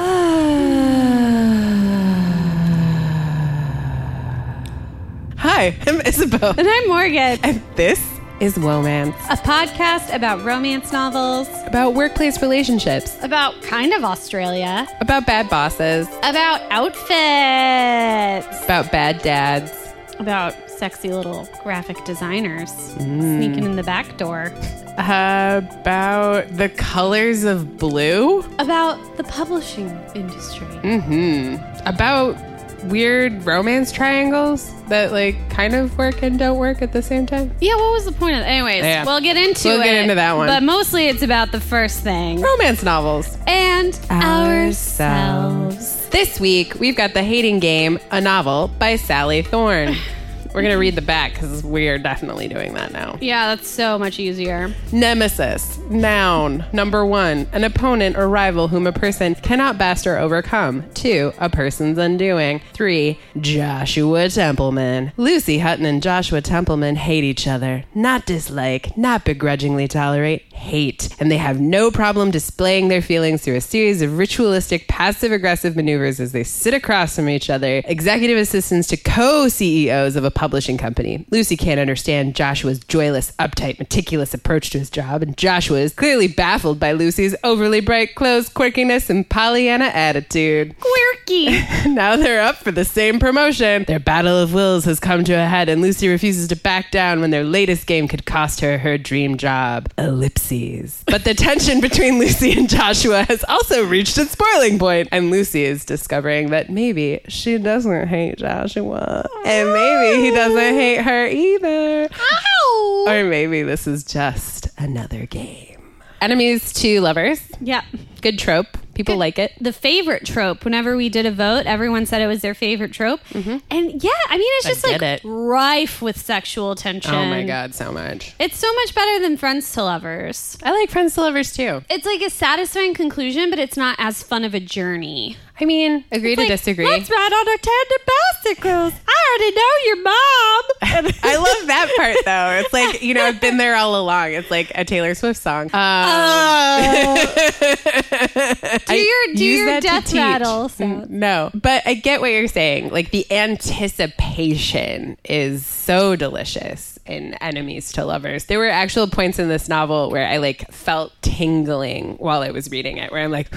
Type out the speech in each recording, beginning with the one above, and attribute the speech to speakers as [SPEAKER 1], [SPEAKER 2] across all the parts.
[SPEAKER 1] Hi, I'm Isabel.
[SPEAKER 2] And I'm Morgan,
[SPEAKER 1] And this is Womance.
[SPEAKER 2] a podcast about romance novels,
[SPEAKER 1] About workplace relationships,
[SPEAKER 2] about kind of Australia,
[SPEAKER 1] about bad bosses,
[SPEAKER 2] about outfits,
[SPEAKER 1] about bad dads.
[SPEAKER 2] about sexy little graphic designers sneaking in the back door,
[SPEAKER 1] Uh, About the colors of blue.
[SPEAKER 2] about the publishing industry.
[SPEAKER 1] Mm. Mm-hmm. About weird romance triangles that like kind of work and don't work at the same time.
[SPEAKER 2] Yeah, what was the point of that? Anyways,
[SPEAKER 1] Yeah.
[SPEAKER 2] we'll get into
[SPEAKER 1] We'll
[SPEAKER 2] it.
[SPEAKER 1] get into that one.
[SPEAKER 2] But mostly it's about the first thing
[SPEAKER 1] Romance novels.
[SPEAKER 2] and ourselves.
[SPEAKER 1] This week we've got The Hating Game, a novel by Sally Thorne. We're gonna read the back because we're definitely doing that now.
[SPEAKER 2] Yeah, that's so much easier.
[SPEAKER 1] Nemesis, noun. Number one, an opponent or rival whom a person cannot best or overcome. Two, a person's undoing. Three, Joshua Templeman. Lucy Hutton and Joshua Templeman hate each other. Not dislike, not begrudgingly tolerate, hate. And they have no problem displaying their feelings through a series of ritualistic passive aggressive maneuvers as they sit across from each other, executive assistants to co CEOs of a publishing company. Lucy can't understand Joshua's joyless, uptight, meticulous approach to his job, and Joshua is clearly baffled by Lucy's overly bright clothes, quirkiness, and Pollyanna attitude.
[SPEAKER 2] Quirky.
[SPEAKER 1] now they're up for the same promotion. Their battle of wills has come to a head, and Lucy refuses to back down when their latest game could cost her her dream job ellipses. But the tension between Lucy and Joshua has also reached its boiling point, and Lucy is discovering that maybe she doesn't hate Joshua, and maybe he doesn't hate her either.
[SPEAKER 2] Ow!
[SPEAKER 1] Or maybe this is just another game. Enemies to lovers.
[SPEAKER 2] yeah.
[SPEAKER 1] Good trope. People like it.
[SPEAKER 2] the favorite trope. Whenever we did a vote, everyone said it was their favorite trope. And yeah, I mean, it's just like
[SPEAKER 1] Mm-hmm. get it.
[SPEAKER 2] rife with sexual tension.
[SPEAKER 1] Oh my God, so much.
[SPEAKER 2] It's so much better than Friends to Lovers.
[SPEAKER 1] I like friends to lovers too.
[SPEAKER 2] It's like a satisfying conclusion, but it's not as fun of a journey.
[SPEAKER 1] I mean, agree to
[SPEAKER 2] Like,
[SPEAKER 1] disagree.
[SPEAKER 2] Let's ride on our tender bicycles. I already know your mom.
[SPEAKER 1] I love that part though. It's like, you know, I've been there all along. It's like a Taylor Swift song. Uh,
[SPEAKER 2] do
[SPEAKER 1] Oh.
[SPEAKER 2] your, do
[SPEAKER 1] use
[SPEAKER 2] your
[SPEAKER 1] that to
[SPEAKER 2] death
[SPEAKER 1] teach.
[SPEAKER 2] rattle
[SPEAKER 1] Mm,
[SPEAKER 2] sound.
[SPEAKER 1] No, but I get what you're saying. Like the anticipation is so delicious in Enemies to Lovers. There were actual points in this novel where I like felt tingling while I was reading it, where I'm like,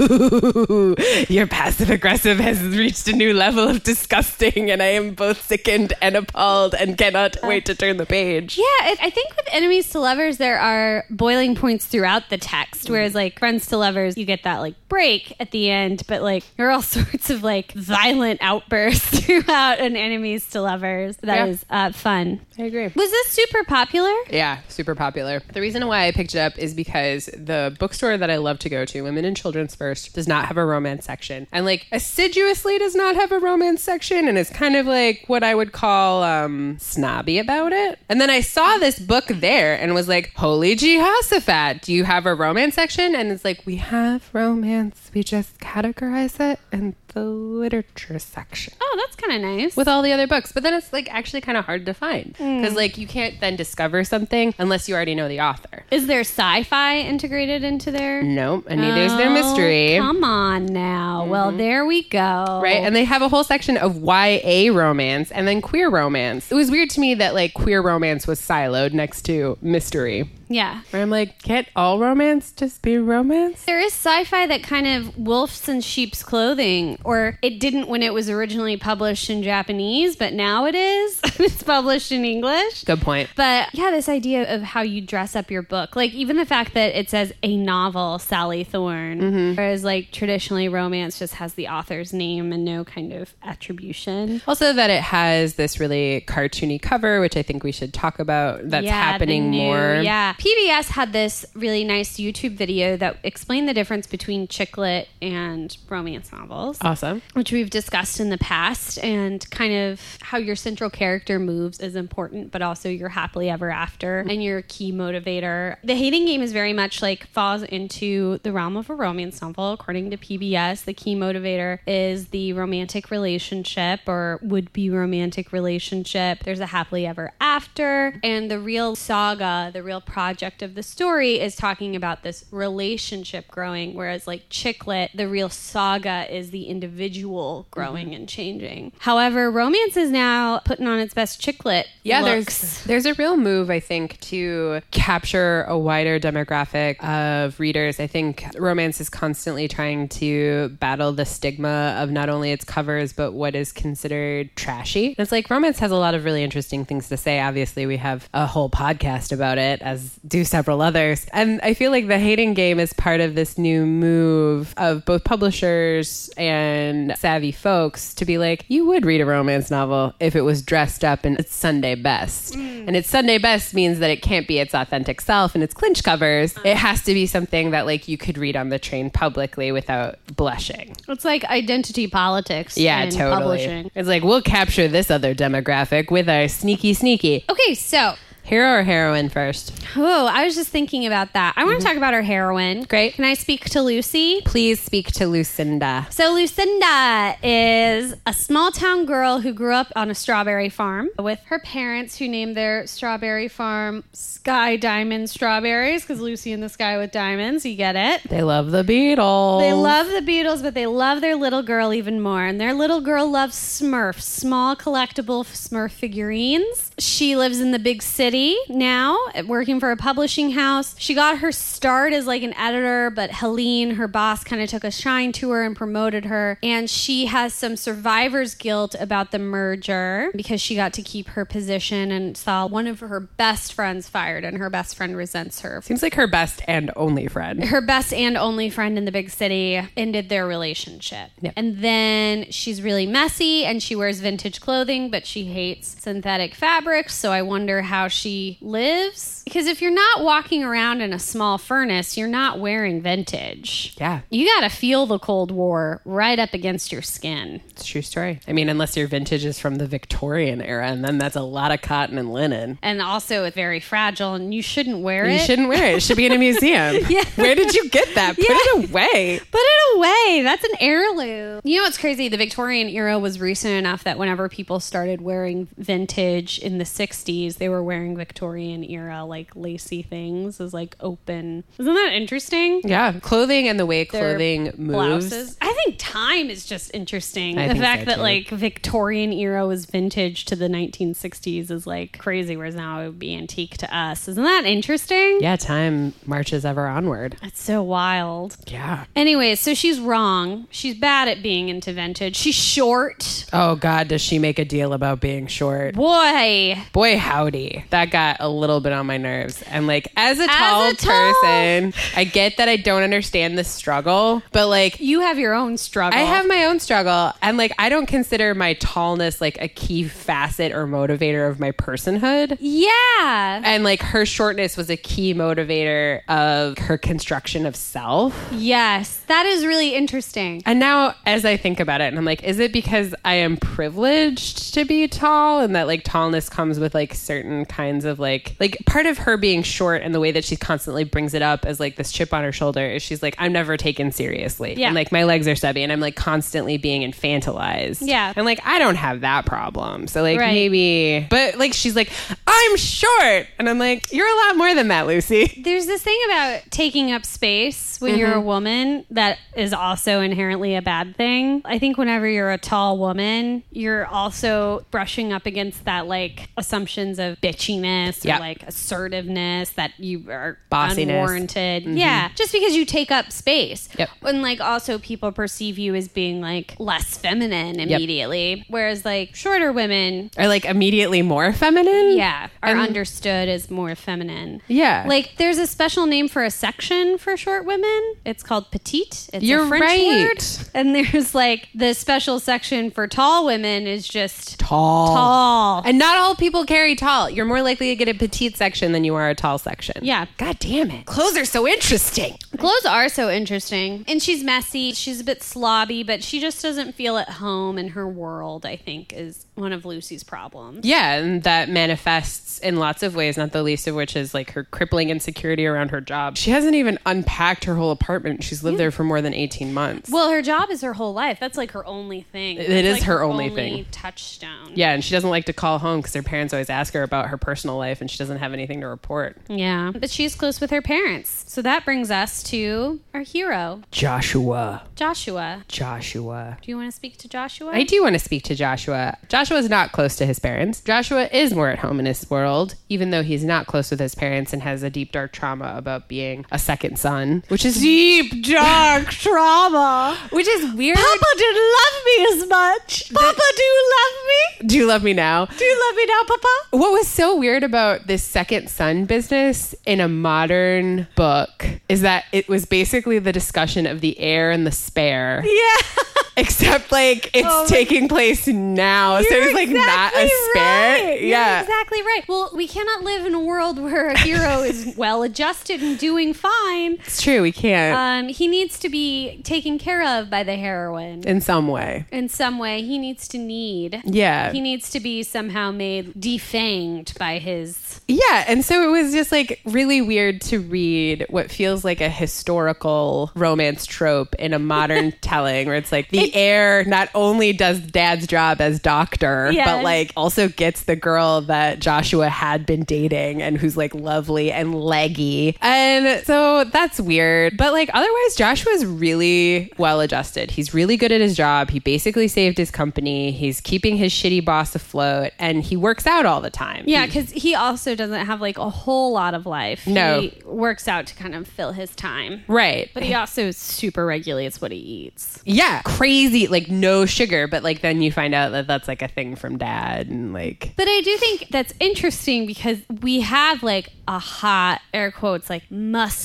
[SPEAKER 1] "Ooh, your passive aggressive has reached a new level of disgusting, and I am both sickened and appalled and cannot
[SPEAKER 2] Uh,
[SPEAKER 1] wait to turn the page."
[SPEAKER 2] Yeah, it, I think with enemies to lovers, there are boiling points throughout the text.
[SPEAKER 1] Mm-hmm.
[SPEAKER 2] Whereas, like, friends to lovers, you get that, like, break at the end, but, like, there are all sorts of, like, violent outbursts throughout an enemies to lovers. That
[SPEAKER 1] Yeah.
[SPEAKER 2] is uh, fun.
[SPEAKER 1] I agree.
[SPEAKER 2] Was this super popular?
[SPEAKER 1] Yeah, super popular. The reason why I picked it up is because the bookstore that I love to go to, Women and Children's First, does not have a romance section. And like assiduously does not have a romance section and is kind of like what I would call um snobby about it. And then I saw this book there and was like, "Holy Jehoshaphat, do you have a romance section?" And it's like, "We have romance. We just categorize it in the literature section."
[SPEAKER 2] Oh, that's kind of nice.
[SPEAKER 1] with all the other books. But then it's like actually kind of hard to find
[SPEAKER 2] Hmm.
[SPEAKER 1] because like you can't then discover something unless you already know the author.
[SPEAKER 2] is there sci fi integrated into there?
[SPEAKER 1] Nope, and neither is their mystery.
[SPEAKER 2] Oh,
[SPEAKER 1] Mm-hmm.
[SPEAKER 2] Come on now. Well, there we go.
[SPEAKER 1] Right, and they have a whole section of YA romance and then queer romance. It was weird to me that like queer romance was siloed next to mystery.
[SPEAKER 2] yeah.
[SPEAKER 1] Where I'm like, can't all romance just be romance?
[SPEAKER 2] There is sci-fi that kind of wolves in sheep's clothing, or it didn't when it was originally published in Japanese, but now it is. it's published in English.
[SPEAKER 1] Good point.
[SPEAKER 2] But yeah, this idea of how you dress up your book, like even the fact that it says a novel, Sally Thorne,
[SPEAKER 1] Mm-hmm.
[SPEAKER 2] whereas like traditionally romance just has the author's name and no kind of attribution.
[SPEAKER 1] Also, that it has this really cartoony cover, which I think we should talk about. That's
[SPEAKER 2] Yeah, the
[SPEAKER 1] happening
[SPEAKER 2] new-
[SPEAKER 1] more.
[SPEAKER 2] Yeah. PBS had this really nice YouTube video that explained the difference between chicklet and romance novels.
[SPEAKER 1] Awesome.
[SPEAKER 2] which we've discussed in the past, and kind of how your central character moves is important, but also your happily ever after and your key motivator. The Hating Game is very much like falls into the realm of a romance novel. According to PBS, the key motivator is the romantic relationship or would be romantic relationship. There's a happily ever after, and the real saga, the real project of the story is talking about this relationship growing, whereas like Chicklet, the real saga is the individual
[SPEAKER 1] Mm-hmm.
[SPEAKER 2] individual growing and changing. However, romance is now putting on its best chicklet.
[SPEAKER 1] Yeah,
[SPEAKER 2] looks.
[SPEAKER 1] there's there's a real move I think to capture a wider demographic of readers. I think romance is constantly trying to battle the stigma of not only its covers but what is considered trashy. And it's like romance has a lot of really interesting things to say. Obviously, we have a whole podcast about it as do several others. And I feel like the hating game is part of this new move of both publishers and savvy folks to be like, you would read a romance novel if it was dressed up in its Sunday best.
[SPEAKER 2] Mm.
[SPEAKER 1] And its Sunday best means that it can't be its authentic self and its clinch covers.
[SPEAKER 2] Uh-huh.
[SPEAKER 1] It has to be something that like you could read on the train publicly without blushing.
[SPEAKER 2] It's like identity politics.
[SPEAKER 1] Yeah,
[SPEAKER 2] in
[SPEAKER 1] totally.
[SPEAKER 2] Publishing.
[SPEAKER 1] It's like we'll capture this other demographic with our sneaky sneaky.
[SPEAKER 2] Okay, so
[SPEAKER 1] Hero or heroine first?
[SPEAKER 2] oh, I was just thinking about that. I want
[SPEAKER 1] Mm-hmm.
[SPEAKER 2] to talk about our heroine. Great. Can I speak to Lucy?
[SPEAKER 1] Please speak to Lucinda.
[SPEAKER 2] So Lucinda is a small town girl who grew up on a strawberry farm with her parents who named their strawberry farm Sky Diamond Strawberries because Lucy in the Sky with Diamonds, you get it.
[SPEAKER 1] They love the Beatles.
[SPEAKER 2] They love the Beatles, but they love their little girl even more. And their little girl loves Smurfs, small collectible f- Smurf figurines. She lives in the big city now, working for a publishing house. She got her start as like an editor, but Helene, her boss, kind of took a shine to her and promoted her. And she has some survivor's guilt about the merger because she got to keep her position and saw one of her best friends fired, and her best friend resents her
[SPEAKER 1] Seems like her best and only friend.
[SPEAKER 2] her best and only friend in the big city ended their relationship.
[SPEAKER 1] Yep.
[SPEAKER 2] And then she's really messy and she wears vintage clothing, but she hates synthetic fabrics. So I wonder how she lives. Because if you're not walking around in a small furnace, you're not wearing vintage.
[SPEAKER 1] Yeah.
[SPEAKER 2] You got to feel the Cold War right up against your skin.
[SPEAKER 1] It's a true story. I mean, unless your vintage is from the Victorian era, and then that's a lot of cotton and linen.
[SPEAKER 2] And also, it's very fragile and you shouldn't wear
[SPEAKER 1] You
[SPEAKER 2] it.
[SPEAKER 1] shouldn't wear it. It should be in a museum.
[SPEAKER 2] Yeah.
[SPEAKER 1] Where did you get that? Put it away.
[SPEAKER 2] Put it away. That's an heirloom. You know what's crazy? The Victorian era was recent enough that whenever people started wearing vintage in the 60s, they were wearing Victorian era, like lacy things, as like open. Isn't that interesting?
[SPEAKER 1] Yeah. Clothing and the way
[SPEAKER 2] Their
[SPEAKER 1] clothing moves.
[SPEAKER 2] Blouses. I think time is just interesting.
[SPEAKER 1] I
[SPEAKER 2] the
[SPEAKER 1] think so,
[SPEAKER 2] fact that
[SPEAKER 1] too.
[SPEAKER 2] like Victorian era was vintage to the 1960s is like crazy, whereas now it would be antique to us. Isn't that interesting?
[SPEAKER 1] Yeah, time marches ever onward.
[SPEAKER 2] That's so wild.
[SPEAKER 1] Yeah.
[SPEAKER 2] Anyway, so she's wrong. She's bad at being into vintage. She's short.
[SPEAKER 1] Oh, God, does she make a deal about being short?
[SPEAKER 2] Boy,
[SPEAKER 1] Boy, howdy. That got a little bit on my nerves. And, like, as a tall
[SPEAKER 2] a tall-
[SPEAKER 1] person, I get that I don't understand the struggle, but, like,
[SPEAKER 2] you have your own struggle.
[SPEAKER 1] I have my own struggle. And like, I don't consider my tallness like a key facet or motivator of my personhood.
[SPEAKER 2] Yeah.
[SPEAKER 1] And like, her shortness was a key motivator of her construction of self.
[SPEAKER 2] Yes. That is really interesting.
[SPEAKER 1] And now, as I think about it, and I'm like, is it because I am privileged to be tall and that like tallness comes with like certain kinds of like, like part of her being short and the way that she constantly brings it up as like this chip on her shoulder is she's like, I'm never taken seriously.
[SPEAKER 2] Yeah.
[SPEAKER 1] And like, my legs are stubby and I'm like constantly being infantilized.
[SPEAKER 2] Yeah.
[SPEAKER 1] And like I don't have that problem. So like
[SPEAKER 2] Right.
[SPEAKER 1] maybe but like she's like, I'm short. And I'm like, You're a lot more than that, Lucy.
[SPEAKER 2] There's this thing about taking up space when you're a
[SPEAKER 1] Mm-hmm.
[SPEAKER 2] woman that is also inherently a bad thing. I think whenever you're a tall woman, you're also brushing up against that like assumptions of bitchiness
[SPEAKER 1] Yeah.
[SPEAKER 2] or like assertiveness that you are
[SPEAKER 1] Bossiness. Mm-hmm.
[SPEAKER 2] unwarranted. warranted. Yeah, just because you take up space.
[SPEAKER 1] Yep.
[SPEAKER 2] And like also people perceive you as being like less feminine immediately, whereas like shorter women,
[SPEAKER 1] Or like immediately more feminine.
[SPEAKER 2] yeah, are understood as more feminine.
[SPEAKER 1] Yeah.
[SPEAKER 2] Like there's a special name for a section for short women. It's called petite. It's
[SPEAKER 1] You're
[SPEAKER 2] a French
[SPEAKER 1] right.
[SPEAKER 2] word. And there's like the special section for tall women is just
[SPEAKER 1] Tall.
[SPEAKER 2] tall.
[SPEAKER 1] And not all people carry tall. You're more likely to get a petite section than you are a tall section.
[SPEAKER 2] Yeah.
[SPEAKER 1] God damn it. Clothes are so interesting.
[SPEAKER 2] Clothes are so interesting. And she's messy. She's a bit slobby, but she just doesn't feel at home in her world, I think, is one of Lucy's problems.
[SPEAKER 1] Yeah, and that manifests manifests in lots of ways, not the least of which is like her crippling insecurity around her job. She hasn't even unpacked her whole apartment. She's lived there for more than 18 months.
[SPEAKER 2] Well, her job is her whole life. That's like her only thing. It is
[SPEAKER 1] is her only thing.
[SPEAKER 2] Touchdown.
[SPEAKER 1] yeah, and she doesn't like to call home because her parents always ask her about her personal life and she doesn't have anything to report.
[SPEAKER 2] Yeah. But she's close with her parents. So that brings us to our hero,
[SPEAKER 1] Joshua.
[SPEAKER 2] Joshua.
[SPEAKER 1] Joshua.
[SPEAKER 2] Do you want to speak to Joshua?
[SPEAKER 1] I do want to speak to Joshua. Joshua's not close to his parents. Joshua is more at home in his world, even though he's not close with his parents and has a deep, dark trauma about being a second son, which is deep, dark trauma.
[SPEAKER 2] Which is weird.
[SPEAKER 1] didn't love me as much. Papa, do you love me? Do you love me now?
[SPEAKER 2] do you love me now, Papa?
[SPEAKER 1] What was so weird about this second son business in a modern book is that it was basically the discussion of the heir and the spare,
[SPEAKER 2] Yeah.
[SPEAKER 1] except like it's
[SPEAKER 2] Oh my-
[SPEAKER 1] taking place now. so
[SPEAKER 2] You're
[SPEAKER 1] it's like not a
[SPEAKER 2] exactly
[SPEAKER 1] spare.
[SPEAKER 2] right. You're
[SPEAKER 1] Yeah.
[SPEAKER 2] exactly right. Well, we cannot live in a world where a hero is well adjusted and doing fine.
[SPEAKER 1] It's true. We can't
[SPEAKER 2] Um, he needs to be taken care of by the heroine
[SPEAKER 1] in some way.
[SPEAKER 2] in some way. He needs to need.
[SPEAKER 1] Yeah.
[SPEAKER 2] He needs to be somehow made defanged by his.
[SPEAKER 1] Yeah, and so it was just like really weird to read what feels like a historical romance trope in a modern telling where it's like the heir not only does dad's job as doctor,
[SPEAKER 2] Yes.
[SPEAKER 1] but like also gets the girl that Joshua had been dating and who's like lovely and leggy. And so that's weird. But like otherwise, Joshua's really well adjusted. He's really good at his job. He basically saved his company, he's keeping his shitty boss afloat, and he works out all the time.
[SPEAKER 2] Yeah, because he also doesn't have like a whole lot of life.
[SPEAKER 1] No.
[SPEAKER 2] He works out to kind of fill his time.
[SPEAKER 1] Right.
[SPEAKER 2] But he also super regulates what he eats.
[SPEAKER 1] Yeah, crazy, like no sugar, but like then you find out that that's like a thing from dad and like
[SPEAKER 2] But I do think that's interesting because we have like a hot, air quotes, like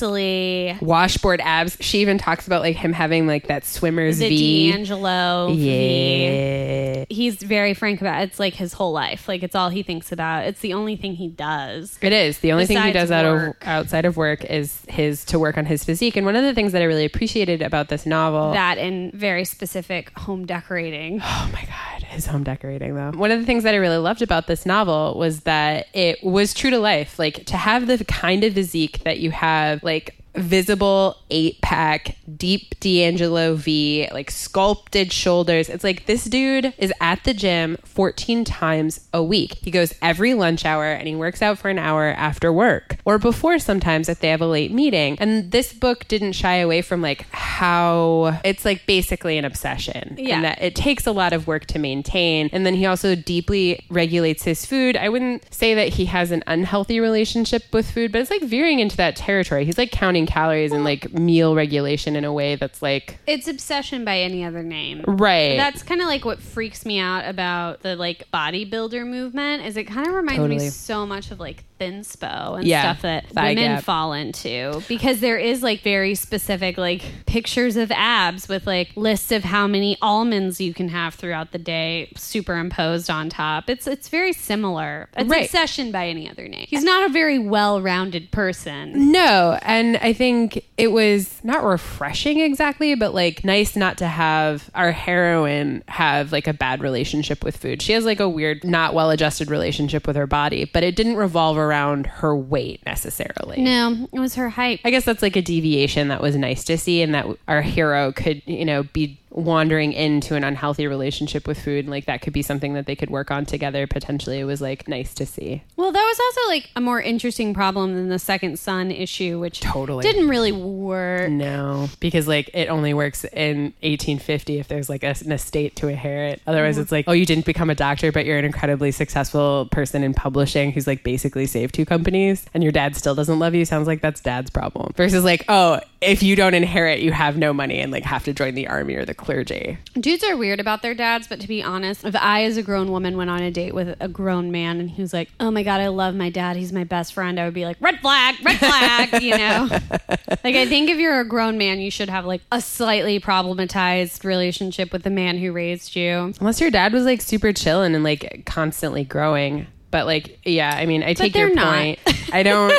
[SPEAKER 2] muscly,
[SPEAKER 1] washboard abs. She even talks about like him having like that swimmer's
[SPEAKER 2] the
[SPEAKER 1] V.
[SPEAKER 2] D'Angelo. V.
[SPEAKER 1] yeah.
[SPEAKER 2] He's very frank about it. It's like his whole life. Like it's all he thinks about. It's the only thing he does.
[SPEAKER 1] It is. The only thing he
[SPEAKER 2] Besides
[SPEAKER 1] does out of,
[SPEAKER 2] work.
[SPEAKER 1] outside of work is his to work on his physique. And one of the things that I really appreciated about this novel
[SPEAKER 2] That and very specific home decorating.
[SPEAKER 1] Oh my God, his home decorating, though. One of the things that I really loved about this novel was that it was true to life. Like, to have the kind of physique that you have, like, visible eight pack, deep D'Angelo V, like, sculpted shoulders. It's like this dude is at the gym 14 times a week. He goes every lunch hour and he works out for an hour after work or before sometimes if they have a late meeting. And this book didn't shy away from, like, how it's like basically an obsession. and
[SPEAKER 2] Yeah.
[SPEAKER 1] that it takes a lot of work to maintain. And then he also deeply regulates his food. I wouldn't say that he has an unhealthy relationship with food, but it's like veering into that territory. He's like counting calories and like meal regulation in a way that's like,
[SPEAKER 2] It's obsession by any other name.
[SPEAKER 1] right.
[SPEAKER 2] That's kind of like what freaks me out about the like bodybuilder movement is it kind of reminds me
[SPEAKER 1] Totally.
[SPEAKER 2] so much of like thinspo and
[SPEAKER 1] Yeah.
[SPEAKER 2] stuff that
[SPEAKER 1] Thigh
[SPEAKER 2] women
[SPEAKER 1] gap.
[SPEAKER 2] fall into because there is like very specific like pictures of abs with like lists of how many almonds you can have throughout the day superimposed on top. It's it's very similar. It's
[SPEAKER 1] Right.
[SPEAKER 2] obsession by any other name. He's not a very well-rounded person.
[SPEAKER 1] no, and I think it was not refreshing exactly, but like nice not to have our heroine have like a bad relationship with food. She has like a weird, not well adjusted relationship with her body, but it didn't revolve around her weight necessarily.
[SPEAKER 2] No, it was her height.
[SPEAKER 1] I guess that's like a deviation that was nice to see, and that our hero could, you know, be wandering into an unhealthy relationship with food. And like that could be something that they could work on together potentially. It was like nice to see.
[SPEAKER 2] Well, that was also like a more interesting problem than the second son issue, which
[SPEAKER 1] Totally.
[SPEAKER 2] didn't really work.
[SPEAKER 1] No, because like it only works in 1850 if there's like a, an estate to inherit. Otherwise, it's like, oh, you didn't become a doctor, but you're an incredibly successful person in publishing who's like basically saved two companies, and your dad still doesn't love you. Sounds like that's dad's problem. Versus like, oh, if you don't inherit, you have no money and like have to join the army or the clergy.
[SPEAKER 2] Dudes are weird about their dads, but to be honest, if I, as a grown woman, went on a date with a grown man and he was like, "Oh my god, I love my dad. He's my best friend," I would be like, "Red flag, red flag," you know. like I think if you're a grown man, you should have like a slightly problematized relationship with the man who raised you.
[SPEAKER 1] Unless your dad was like super chillin' and like constantly growing. But like, yeah, I mean, I take your
[SPEAKER 2] they're not.
[SPEAKER 1] point. I don't.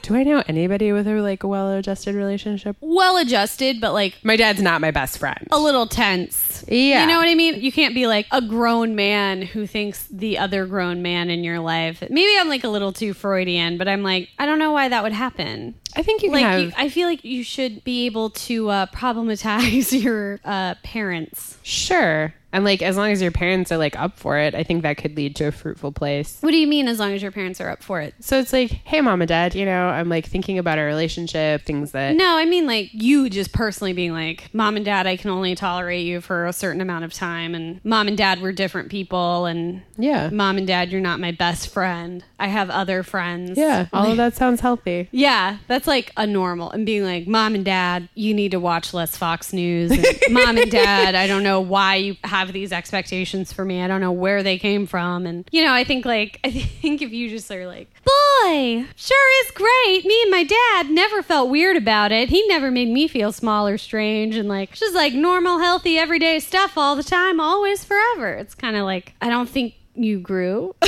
[SPEAKER 1] Do I know anybody with a like well-adjusted relationship?
[SPEAKER 2] well adjusted, but like
[SPEAKER 1] My dad's not my best friend.
[SPEAKER 2] a little tense.
[SPEAKER 1] Yeah.
[SPEAKER 2] Oh, You know what I mean? You can't be like a grown man who thinks the other grown man in your life. Maybe I'm like a little too Freudian, but I'm like, I don't know why that would happen.
[SPEAKER 1] I think you can
[SPEAKER 2] Like,
[SPEAKER 1] have.
[SPEAKER 2] you, I feel like you should be able to uh, problematize your uh, parents.
[SPEAKER 1] sure. And like as long as your parents are like up for it, I think that could lead to a fruitful place.
[SPEAKER 2] What do you mean as long as your parents are up for it?
[SPEAKER 1] So it's like, hey, mom and dad, you know, I'm like thinking about our relationship, things that
[SPEAKER 2] No, I mean like you just personally being like, mom and dad, I can only tolerate you for a certain amount of time, and mom and dad, we're different people, and
[SPEAKER 1] Yeah.
[SPEAKER 2] mom and dad, you're not my best friend. I have other friends.
[SPEAKER 1] Yeah. All of that sounds healthy.
[SPEAKER 2] Yeah, that's like a normal and being like, mom and dad, you need to watch less Fox News. And, mom and dad, I don't know why you have these expectations for me. I don't know where they came from. And, you know, I think like, I think if you just are like, boy, sure is great. Me and my dad never felt weird about it. He never made me feel small or strange. And like, just like normal, healthy, everyday stuff all the time, always, forever. It's kind of like, I don't think you grew.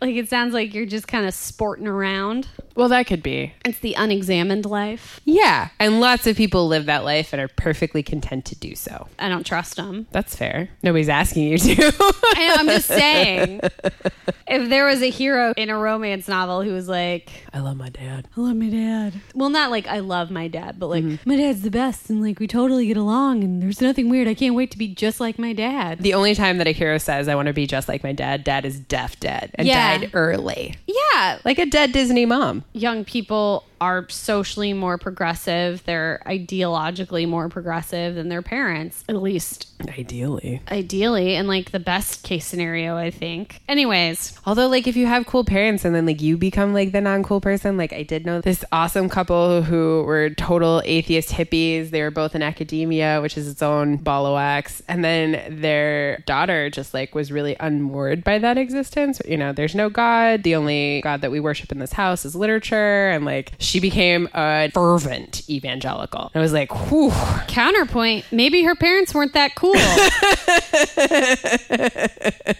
[SPEAKER 2] like, it sounds like you're just kind of sporting around.
[SPEAKER 1] Well, that could be.
[SPEAKER 2] It's the unexamined life.
[SPEAKER 1] Yeah. And lots of people live that life and are perfectly content to do so.
[SPEAKER 2] I don't trust them.
[SPEAKER 1] That's fair. Nobody's asking you to.
[SPEAKER 2] I know, I'm just saying. If there was a hero in a romance novel who was like,
[SPEAKER 1] I love my dad.
[SPEAKER 2] I love my dad. Well, not like I love my dad, but like, my dad's the best and like we totally get along and there's nothing weird. I can't wait to be just like my dad.
[SPEAKER 1] The only time that a hero says, I want to be just like my dad, dad is deaf dead and
[SPEAKER 2] Yeah.
[SPEAKER 1] died early.
[SPEAKER 2] Yeah.
[SPEAKER 1] Like a dead Disney mom.
[SPEAKER 2] Young people are socially more progressive. They're ideologically more progressive than their parents, at least
[SPEAKER 1] Ideally.
[SPEAKER 2] ideally, and like the best case scenario, I think. Anyways,
[SPEAKER 1] Although, like, if you have cool parents and then, like, you become, like, the non cool person, like, I did know this awesome couple who were total atheist hippies. They were both in academia, which is its own ball of wax. And then their daughter just, like, was really unmoored by that existence. You know, there's no God. The only God that we worship in this house is literature. And, like, she became a fervent evangelical. I was like, whew.
[SPEAKER 2] Counterpoint, maybe her parents weren't that cool.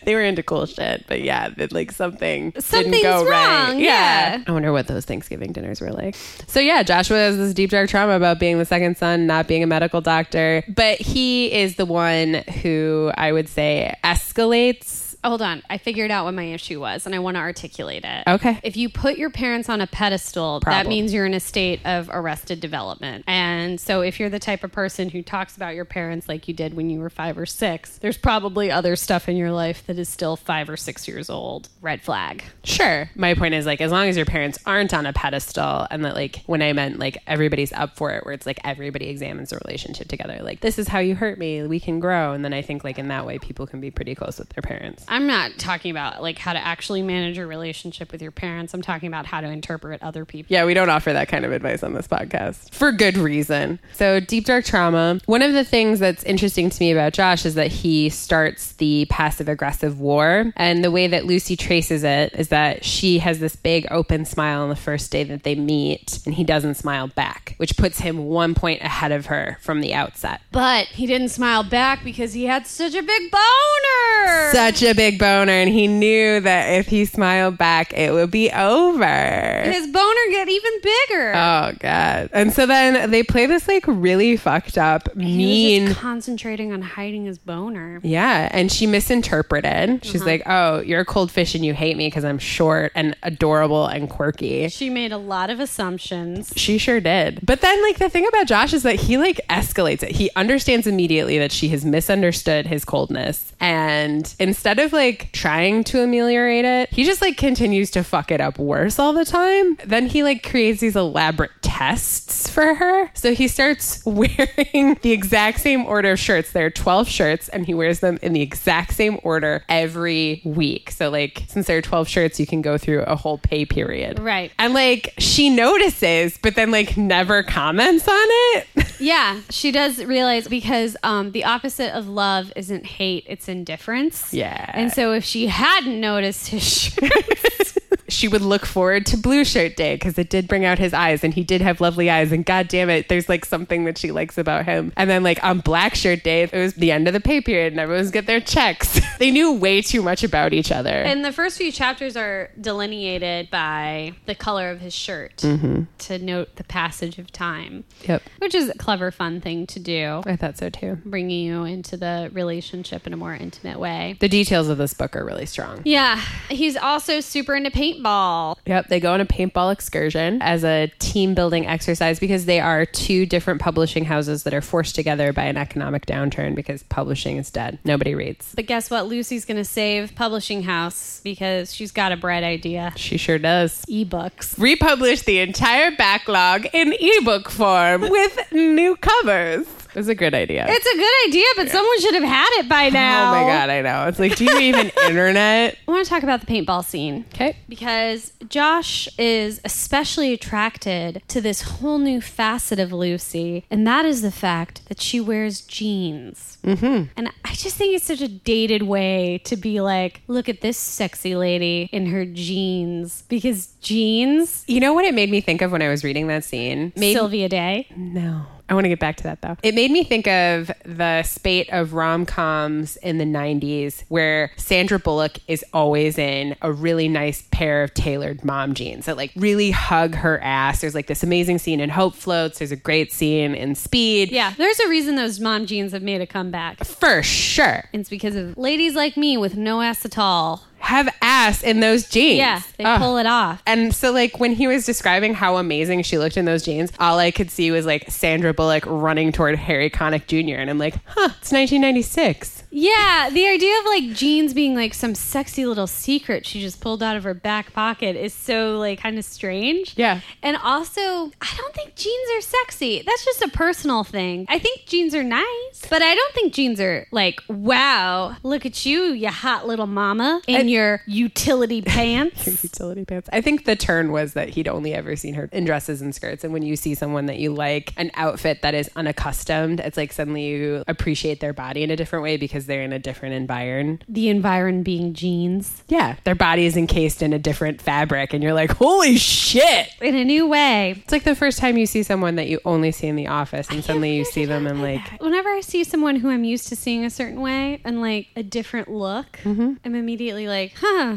[SPEAKER 1] They were into cool shit, but yeah, that like something didn't
[SPEAKER 2] Something's
[SPEAKER 1] go right.
[SPEAKER 2] wrong, yeah.
[SPEAKER 1] I wonder what those Thanksgiving dinners were like. So yeah, Joshua has this deep dark trauma about being the second son, not being a medical doctor, but he is the one who I would say escalates.
[SPEAKER 2] Hold on, I figured out what my issue was and I want to articulate it.
[SPEAKER 1] Okay.
[SPEAKER 2] If you put your parents on a pedestal, that
[SPEAKER 1] Oh. Problem.
[SPEAKER 2] means you're in a state of arrested development. And so if you're the type of person who talks about your parents like you did when you were 5 or 6, there's probably other stuff in your life that is still 5 or 6 years old. Red flag.
[SPEAKER 1] Sure. My point is like as long as your parents aren't on a pedestal and that like when I meant like everybody's up for it where it's like everybody examines the relationship together. Like this is how you hurt me, we can grow and then I think like in that way people can be pretty close with their parents.
[SPEAKER 2] I'm not talking about like how to actually manage your relationship with your parents. I'm talking about how to interpret other people.
[SPEAKER 1] Yeah, we don't offer that kind of advice on this podcast for good reason. So, deep dark trauma. One of the things that's interesting to me about Josh is that he starts the passive aggressive war. And the way that Lucy traces it is that she has this big open smile on the first day that they meet, and he doesn't smile back, which puts him one point ahead of her from the outset.
[SPEAKER 2] But he didn't smile back because he had such a big boner.
[SPEAKER 1] Such a big boner, and he knew that if he smiled back, it would be over.
[SPEAKER 2] His boner get even bigger.
[SPEAKER 1] Oh god. And so then they play this like really fucked up
[SPEAKER 2] he was
[SPEAKER 1] mean
[SPEAKER 2] just concentrating on hiding his boner.
[SPEAKER 1] yeah, and she misinterpreted. She's
[SPEAKER 2] Uh-huh.
[SPEAKER 1] like, "Oh, you're a cold fish and you hate me because I'm short and adorable and quirky."
[SPEAKER 2] She made a lot of assumptions.
[SPEAKER 1] She sure did. But then like the thing about Josh is that he like escalates it. He understands immediately that she has misunderstood his coldness and instead of like trying to ameliorate it, he just like continues to fuck it up worse all the time. Then he like creates these elaborate tests for her. So he starts wearing the exact same order of shirts. There are 12 shirts and he wears them in the exact same order every week. So like since there are 12 shirts, you can go through a whole pay period.
[SPEAKER 2] Right.
[SPEAKER 1] And like she notices, but then like never comments on it.
[SPEAKER 2] Yeah, she does realize because um, the opposite of love isn't hate, it's indifference.
[SPEAKER 1] Yeah.
[SPEAKER 2] And so if she hadn't noticed his shirts,
[SPEAKER 1] she would look forward to blue shirt day because it did bring out his eyes and he did have lovely eyes and god damn it there's like something that she likes about him and then like on black shirt day it was the end of the pay period and everyone's get their checks they knew way too much about each other
[SPEAKER 2] And the first few chapters are delineated by the color of his shirt
[SPEAKER 1] Mm-hmm.
[SPEAKER 2] to note the passage of time,
[SPEAKER 1] yep
[SPEAKER 2] which is a clever, fun thing to do,
[SPEAKER 1] i thought so too
[SPEAKER 2] bringing you into the relationship in a more intimate way.
[SPEAKER 1] the details of this book are really strong
[SPEAKER 2] Yeah, he's also super into paintball.
[SPEAKER 1] Yep, they go on a paintball excursion as a team building exercise because they are two different publishing houses that are forced together by an economic downturn because publishing is dead. Nobody reads.
[SPEAKER 2] But guess what? Lucy's going to save Publishing House because she's got a bright idea.
[SPEAKER 1] She sure does.
[SPEAKER 2] Ebooks.
[SPEAKER 1] Republish the entire backlog in ebook form with new covers. It's a good idea.
[SPEAKER 2] It's a good idea, but someone should have had it by now.
[SPEAKER 1] oh my god, I know. It's like, do you even internet?
[SPEAKER 2] I want to talk about the paintball scene.
[SPEAKER 1] Okay.
[SPEAKER 2] because Josh is especially attracted to this whole new facet of Lucy, and that is the fact that she wears jeans. Mm-hmm. And I just think it's such a dated way to be like, look at this sexy lady in her jeans, because jeans,
[SPEAKER 1] You know what it made me think of when I was reading that scene? Made
[SPEAKER 2] Sylvia Day.
[SPEAKER 1] No. I want to get back to that though. It made me think of the spate of rom coms in the 90s where Sandra Bullock is always in a really nice pair of tailored mom jeans that like really hug her ass. There's like this amazing scene in Hope Floats, there's a great scene in Speed.
[SPEAKER 2] Yeah, there's a reason those mom jeans have made a comeback.
[SPEAKER 1] For sure.
[SPEAKER 2] It's because of ladies like me with no ass at all.
[SPEAKER 1] Have ass in those jeans.
[SPEAKER 2] Yeah, they
[SPEAKER 1] Ugh.
[SPEAKER 2] pull it off.
[SPEAKER 1] And so, like, when he was describing how amazing she looked in those jeans, all I could see was like Sandra Bullock running toward Harry Connick Jr. And I'm like, huh, it's 1996.
[SPEAKER 2] Yeah, the idea of like jeans being like some sexy little secret she just pulled out of her back pocket is so like kind of strange.
[SPEAKER 1] Yeah.
[SPEAKER 2] And also, I don't think jeans are sexy. That's just a personal thing. I think jeans are nice, but I don't think jeans are like, wow, look at you, you hot little mama in your utility pants.
[SPEAKER 1] utility pants. I think the turn was that he'd only ever seen her in dresses and skirts. And when you see someone that you like, an outfit that is unaccustomed, it's like suddenly you appreciate their body in a different way because they're in a different environment.
[SPEAKER 2] the environ being jeans
[SPEAKER 1] Yeah. Their body is encased in a different fabric, and you're like, holy shit.
[SPEAKER 2] in a new way.
[SPEAKER 1] It's like the first time you see someone that you only see in the office, and suddenly you see them and like,
[SPEAKER 2] Whenever I see someone who I'm used to seeing a certain way and like a different look, I'm immediately like, huh.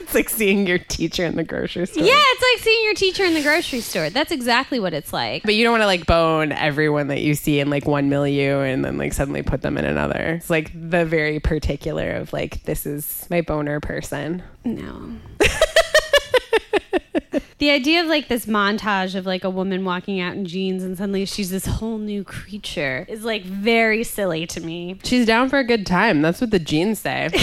[SPEAKER 1] it's like seeing your teacher in the grocery store.
[SPEAKER 2] Yeah, it's like seeing your teacher in the grocery store. That's exactly what it's like.
[SPEAKER 1] But you don't want to like bone everyone that you see in like one milieu and then like suddenly put them in another. It's like the very particular of like, this is my boner person.
[SPEAKER 2] No. the idea of like this montage of like a woman walking out in jeans and suddenly she's this whole new creature is like very silly to me.
[SPEAKER 1] She's down for a good time. That's what the jeans say.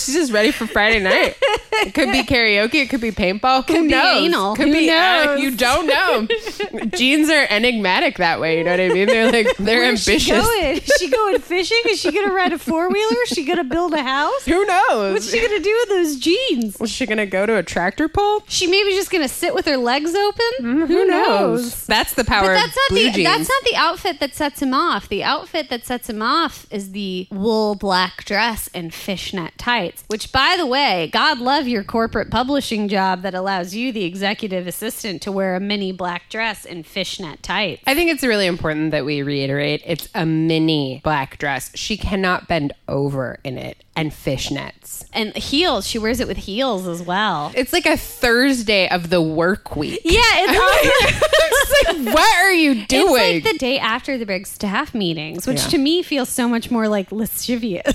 [SPEAKER 1] She's just ready for Friday night. It could be karaoke. It could be paintball. Could Who
[SPEAKER 2] be
[SPEAKER 1] knows?
[SPEAKER 2] anal.
[SPEAKER 1] Could
[SPEAKER 2] Who
[SPEAKER 1] be uh,
[SPEAKER 2] knows?
[SPEAKER 1] you don't know. Jeans are enigmatic that way. You know what I mean? They're like they're
[SPEAKER 2] Where's
[SPEAKER 1] ambitious.
[SPEAKER 2] she going? Is she going fishing? Is she gonna ride a four wheeler? Is she gonna build a house?
[SPEAKER 1] Who knows?
[SPEAKER 2] What's she gonna do with those jeans?
[SPEAKER 1] Was she gonna go to a tractor pull?
[SPEAKER 2] She maybe just gonna sit with her legs open?
[SPEAKER 1] Who knows? That's the power
[SPEAKER 2] But
[SPEAKER 1] of
[SPEAKER 2] that's not
[SPEAKER 1] blue
[SPEAKER 2] the
[SPEAKER 1] jeans.
[SPEAKER 2] that's not the outfit that sets him off. The outfit that sets him off is the wool black dress and fishnet tights. Which, by the way, God love your corporate publishing job that allows you, the executive assistant, to wear a mini black dress and fishnet tights.
[SPEAKER 1] I think it's really important that we reiterate it's a mini black dress. She cannot bend over in it and fishnets.
[SPEAKER 2] And heels. She wears it with heels as well.
[SPEAKER 1] It's like a Thursday of the work week.
[SPEAKER 2] Yeah, it's like,
[SPEAKER 1] it's like, what are you
[SPEAKER 2] it's
[SPEAKER 1] doing?
[SPEAKER 2] like the day after the big staff meetings, which
[SPEAKER 1] Yeah.
[SPEAKER 2] to me feels so much more like lascivious.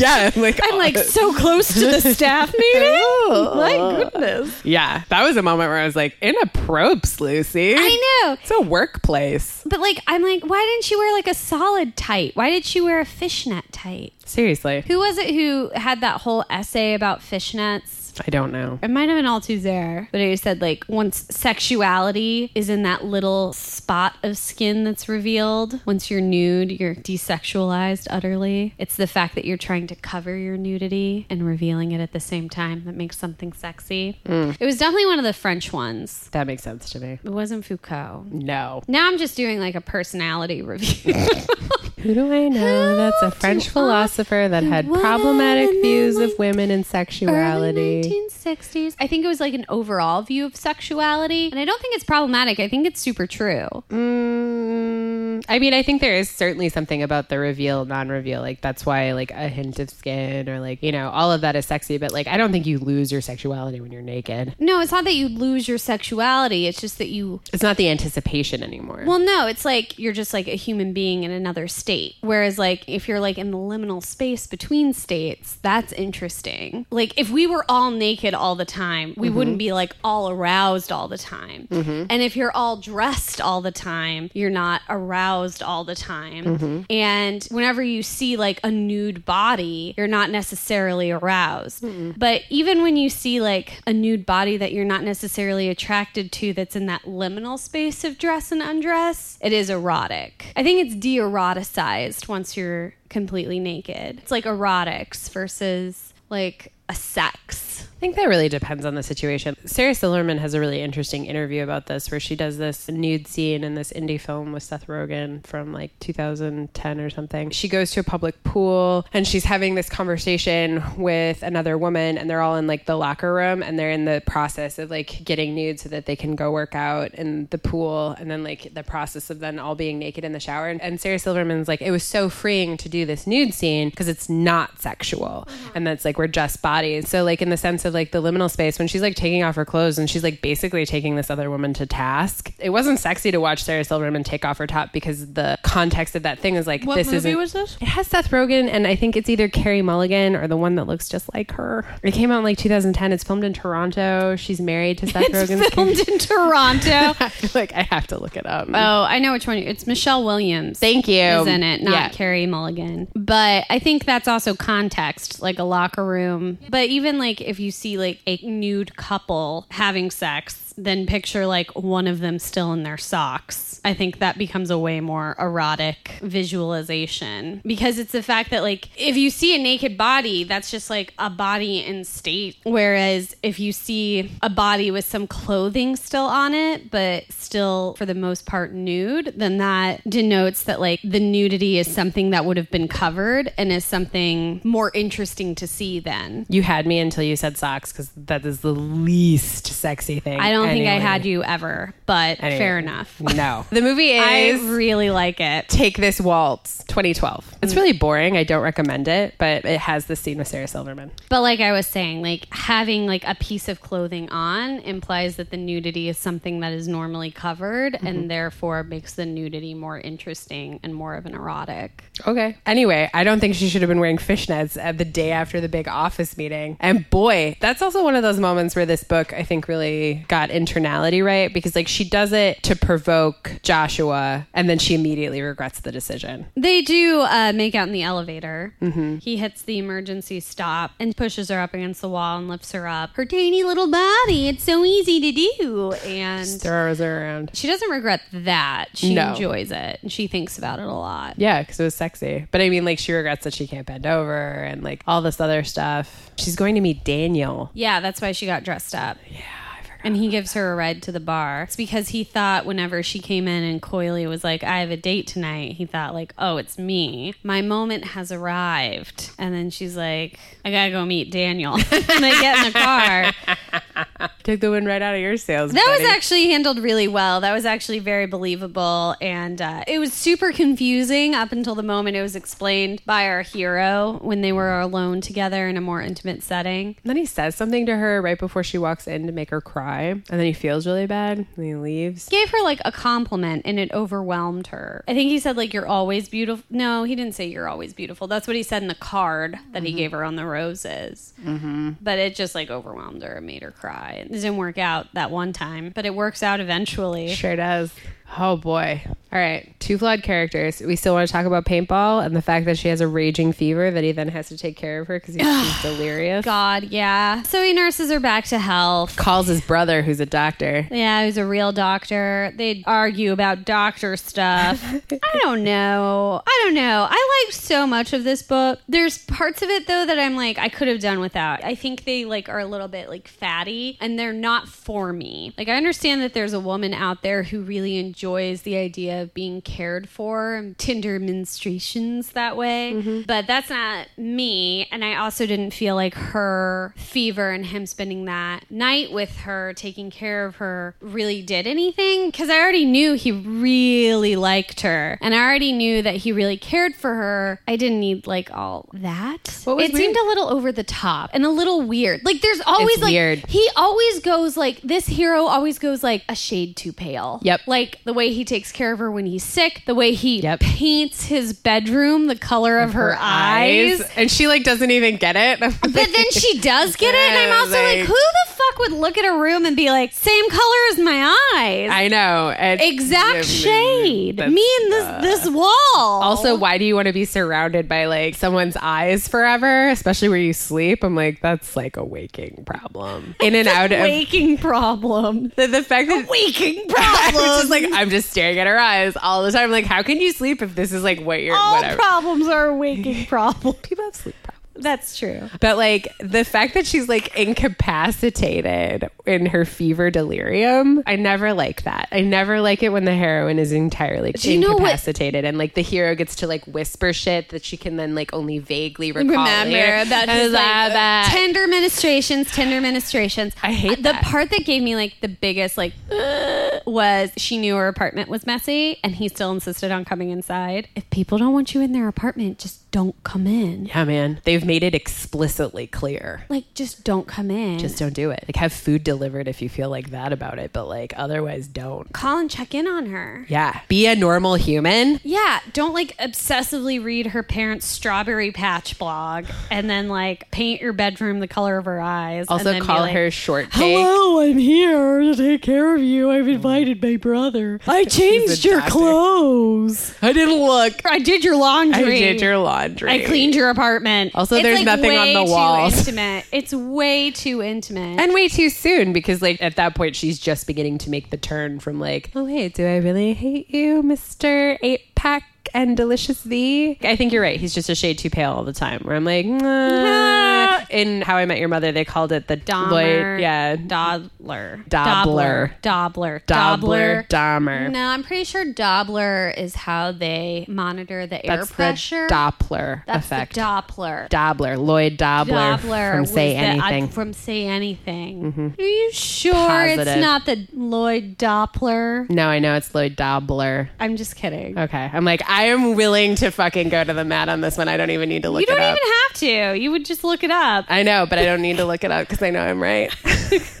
[SPEAKER 1] yeah, I'm like, oh.
[SPEAKER 2] I'm like so close to the staff meeting. My goodness.
[SPEAKER 1] yeah, that was a moment where I was like, in a probes, Lucy.
[SPEAKER 2] I know.
[SPEAKER 1] It's a workplace.
[SPEAKER 2] But like, I'm like, why didn't she wear like a solid tight? Why did she wear a fishnet tight?
[SPEAKER 1] Seriously,
[SPEAKER 2] Who was it who had that whole essay about fishnets?
[SPEAKER 1] I don't know.
[SPEAKER 2] It might have been all too there, but it said like once sexuality is in that little spot of skin that's revealed, once you're nude, you're desexualized utterly. It's the fact that you're trying to cover your nudity and revealing it at the same time that makes something sexy.
[SPEAKER 1] Mm.
[SPEAKER 2] It was definitely one of the French ones.
[SPEAKER 1] That makes sense to me.
[SPEAKER 2] It wasn't Foucault.
[SPEAKER 1] No.
[SPEAKER 2] Now I'm just doing like a personality review.
[SPEAKER 1] Who do oh, I know? That's a French
[SPEAKER 2] do I
[SPEAKER 1] philosopher that had
[SPEAKER 2] wanna
[SPEAKER 1] problematic
[SPEAKER 2] know
[SPEAKER 1] views of
[SPEAKER 2] my
[SPEAKER 1] women and
[SPEAKER 2] Early
[SPEAKER 1] sexuality.
[SPEAKER 2] 1960s. I think it was like an overall view of sexuality. And I don't think it's problematic. I think it's super true.
[SPEAKER 1] Mm, I mean, I think there is certainly something about the reveal, non-reveal. Like that's why, like a hint of skin or like you know, all of that is sexy. But like, I don't think you lose your sexuality when you're naked.
[SPEAKER 2] No, it's not that you lose your sexuality. It's just that you
[SPEAKER 1] It's not the anticipation anymore.
[SPEAKER 2] Well, no, it's like you're just like a human being in another state. Whereas, like, if you're like in the liminal space between states, that's interesting. Like, if we were all naked all the time, we wouldn't be like all aroused all the time. And if you're all dressed all the time, you're not aroused all the time. And whenever you see like a nude body, you're not necessarily aroused. But even when you see like a nude body that you're not necessarily attracted to that's in that liminal space of dress and undress, it is erotic. I think it's de eroticized once you're completely naked. It's like erotics versus like a sex.
[SPEAKER 1] I think that really depends on the situation. Sarah Silverman has a really interesting interview about this where she does this nude scene in this indie film with Seth Rogen from like 2010 or something. She goes to a public pool and she's having this conversation with another woman and they're all in like the locker room and they're in the process of like getting nude so that they can go work out in the pool and then like the process of then all being naked in the shower. And Sarah Silverman's like, it was so freeing to do this nude scene because it's not sexual
[SPEAKER 3] Uh-huh.
[SPEAKER 1] and that's like we're just bodies. So like in the sense of like the liminal space when she's like taking off her clothes and she's like basically taking this other woman to task. It wasn't sexy to watch Sarah Silverman take off her top because the context of that thing is like
[SPEAKER 3] What
[SPEAKER 1] this
[SPEAKER 3] movie
[SPEAKER 1] isn't-
[SPEAKER 3] was this?
[SPEAKER 1] It has Seth Rogen and I think it's either Carrie Mulligan or the one that looks just like her. It came out in like 2010. It's filmed in Toronto. She's married to Seth Rogen's
[SPEAKER 2] It's filmed in Toronto.
[SPEAKER 1] like I have to look it up.
[SPEAKER 2] Oh, I know which one. you- It's Michelle Williams.
[SPEAKER 1] Thank you.
[SPEAKER 2] is in it, not
[SPEAKER 1] Yeah.
[SPEAKER 2] Carrie Mulligan. But I think that's also context, like a locker room. But even like if you see like a nude couple having sex, then picture like one of them still in their socks. I think that becomes a way more erotic visualization because it's the fact that like if you see a naked body, that's just like a body in state. Whereas if you see a body with some clothing still on it, but still for the most part nude, then that denotes that like the nudity is something that would have been covered and is something more interesting to see then.
[SPEAKER 1] You had me until you said socks because that is the least sexy thing.
[SPEAKER 2] I don't think I
[SPEAKER 1] anyone-
[SPEAKER 2] had you ever, but
[SPEAKER 1] anyone-
[SPEAKER 2] fair enough.
[SPEAKER 1] No. The movie
[SPEAKER 2] I
[SPEAKER 1] is
[SPEAKER 2] really like it.
[SPEAKER 1] Take This Waltz 2012.
[SPEAKER 2] Mm.
[SPEAKER 1] It's really boring. I don't recommend it, but it has the scene with Sarah Silverman.
[SPEAKER 2] But like I was saying, like having like a piece of clothing on implies that the nudity is something that is normally covered and therefore makes the nudity more interesting and more of an erotic.
[SPEAKER 1] Okay. Anyway, I don't think she should have been wearing fishnets at the day after the big office meeting. And boy, that's also one of those moments where this book, I think, really got internality right because, like, she does it to provoke Joshua and then she immediately regrets the decision.
[SPEAKER 2] They do uh, make out in the elevator. He hits the emergency stop and pushes her up against the wall and lifts her up. Her tiny little body, it's so easy to do. And
[SPEAKER 1] Throws her around.
[SPEAKER 2] she doesn't regret that. She
[SPEAKER 1] No.
[SPEAKER 2] enjoys it and she thinks about it a lot.
[SPEAKER 1] Yeah, because it was sexy. But I mean, like, she regrets that she can't bend over and like all this other stuff. She's going to meet Daniel.
[SPEAKER 2] Yeah, that's why she got dressed up. Yeah, I forgot. And he gives her a ride to the bar. It's because he thought whenever she came in and coyly was like, I have a date tonight, he thought, like, oh, it's me. My moment has arrived. And then she's like, I gotta go meet Daniel. and they get in the car.
[SPEAKER 1] Took the wind right out of your sails.
[SPEAKER 2] That was
[SPEAKER 1] buddy.
[SPEAKER 2] actually handled really well. That was actually very believable. And uh, it was super confusing up until the moment it was explained by our hero when they were alone together in a more intimate setting.
[SPEAKER 1] And then he says something to her right before she walks in to make her cry. And then he feels really bad and he leaves.
[SPEAKER 2] Gave her like a compliment and it overwhelmed her. I think he said, like, you're always beautiful. No, he didn't say you're always beautiful. That's what he said in the card that he gave her on the roses. But it just like overwhelmed her and made her cry. It didn't work out that one time, but it works out eventually.
[SPEAKER 1] Sure does. Oh boy. All right. Two flawed characters. We still want to talk about paintball and the fact that she has a raging fever that he then has to take care of her because he's delirious.
[SPEAKER 2] God, yeah. So he nurses her back to health.
[SPEAKER 1] Calls his brother, who's a doctor.
[SPEAKER 2] Yeah, who's a real doctor. They'd argue about doctor stuff. I don't know. I don't know. I liked so much of this book. There's parts of it though that I'm like I could have done without. I think they like are a little bit like fatty and they're not for me. Like I understand that there's a woman out there who really enjoys enjoys the idea of being cared for and Tinder menstruations that way.
[SPEAKER 1] Mm-hmm.
[SPEAKER 2] But that's not me. And I also didn't feel like her fever and him spending that night with her, taking care of her, really did anything. Because I already knew he really liked her. And I already knew that he really cared for her. I didn't need like all that.
[SPEAKER 1] What was
[SPEAKER 2] it seemed
[SPEAKER 1] weird-
[SPEAKER 2] a little over the top and a little weird. Like there's always
[SPEAKER 1] It's
[SPEAKER 2] like
[SPEAKER 1] weird.
[SPEAKER 2] he always goes like this hero always goes like a shade too pale.
[SPEAKER 1] Yep.
[SPEAKER 2] Like the way he takes care of her when he's sick, the way he
[SPEAKER 1] Yep.
[SPEAKER 2] paints his bedroom the color of, her, eyes.
[SPEAKER 1] and she like doesn't even get it.
[SPEAKER 2] But then she does get it, and
[SPEAKER 1] Yeah,
[SPEAKER 2] I'm also like,
[SPEAKER 1] like-
[SPEAKER 2] who the fuck would look at a room and be like, same color as my eyes?
[SPEAKER 1] I know and-
[SPEAKER 2] exact
[SPEAKER 1] Yeah,
[SPEAKER 2] shade.
[SPEAKER 1] that's-
[SPEAKER 2] Me and this this wall.
[SPEAKER 1] Also, why do you want to be surrounded by like someone's eyes forever, especially where you sleep? I'm like, that's like a waking problem. In and out of
[SPEAKER 2] waking problem.
[SPEAKER 1] the, the fact that
[SPEAKER 2] Waking
[SPEAKER 1] I'm just
[SPEAKER 2] problem.
[SPEAKER 1] like I'm just staring at her eyes all the time. Like, how can you sleep if this is like what you're
[SPEAKER 2] All
[SPEAKER 1] whatever?
[SPEAKER 2] problems are a waking problem.
[SPEAKER 1] People have sleep problems.
[SPEAKER 2] That's true.
[SPEAKER 1] But like the fact that she's like incapacitated in her fever delirium, I never like that. I never like it when the heroine is entirely
[SPEAKER 2] you know what-
[SPEAKER 1] incapacitated and like the hero gets to like whisper shit that she can then like only vaguely recall.
[SPEAKER 2] remember
[SPEAKER 1] later.
[SPEAKER 2] about
[SPEAKER 1] And
[SPEAKER 2] his like, uh,
[SPEAKER 1] blah, blah.
[SPEAKER 2] tender ministrations, tender ministrations.
[SPEAKER 1] I hate
[SPEAKER 2] the
[SPEAKER 1] that.
[SPEAKER 2] part that gave me like the biggest like uh, was she knew her apartment was messy and he still insisted on coming inside. If people don't want you in their apartment, just don't come in.
[SPEAKER 1] Yeah, man. They've made it explicitly clear.
[SPEAKER 2] Like just don't come in.
[SPEAKER 1] Just don't do it. Like have food delivered if you feel like that about it, but like otherwise don't.
[SPEAKER 2] call and check in on her.
[SPEAKER 1] Yeah. Be a normal human.
[SPEAKER 2] Yeah, don't like obsessively read her parents' strawberry patch blog and then like paint your bedroom the color of her eyes. and
[SPEAKER 1] Also
[SPEAKER 2] then be
[SPEAKER 1] call
[SPEAKER 2] like,
[SPEAKER 1] her short cake.
[SPEAKER 3] Hello, I'm here to take care of you. I've invited my brother. I changed your
[SPEAKER 1] doctor.
[SPEAKER 3] clothes.
[SPEAKER 1] I didn't look.
[SPEAKER 2] I did your laundry.
[SPEAKER 1] I did your laundry.
[SPEAKER 2] I cleaned your apartment.
[SPEAKER 1] Also, there's nothing on
[SPEAKER 2] way
[SPEAKER 1] the
[SPEAKER 2] too
[SPEAKER 1] walls.
[SPEAKER 2] intimate. It's way too intimate.
[SPEAKER 1] and way too soon because like at that point she's just beginning to make the turn from like oh wait do i really hate you mr eight pack and delicious thee i think you're right he's just a shade too pale all the time where i'm like nah. in how i met your mother they called it the
[SPEAKER 2] Dahmer,
[SPEAKER 1] Lloyd- yeah
[SPEAKER 2] Doddler,
[SPEAKER 1] Dobler.
[SPEAKER 2] Dobbler,
[SPEAKER 1] Dobler,
[SPEAKER 2] Dobbler,
[SPEAKER 1] Dahmer.
[SPEAKER 2] No, I'm pretty sure Dobbler is how they monitor the air
[SPEAKER 1] that's
[SPEAKER 2] pressure.
[SPEAKER 1] the doppler
[SPEAKER 2] That's
[SPEAKER 1] effect
[SPEAKER 2] the Doppler.
[SPEAKER 1] doppler lloyd doppler,
[SPEAKER 2] Doppler
[SPEAKER 1] from
[SPEAKER 2] was
[SPEAKER 1] say
[SPEAKER 2] the-
[SPEAKER 1] anything Mm-hmm.
[SPEAKER 2] I- from say anything. Are you sure
[SPEAKER 1] Positive.
[SPEAKER 2] it's not the Lloyd Doppler?
[SPEAKER 1] no i know it's lloyd doppler
[SPEAKER 2] I'm just kidding.
[SPEAKER 1] okay i'm like i am willing to fucking go to the mat on this one i don't even need to look
[SPEAKER 2] you don't
[SPEAKER 1] it
[SPEAKER 2] even
[SPEAKER 1] up
[SPEAKER 2] have to. You would just look it up.
[SPEAKER 1] I know, but I don't need to look it up because I know I'm right.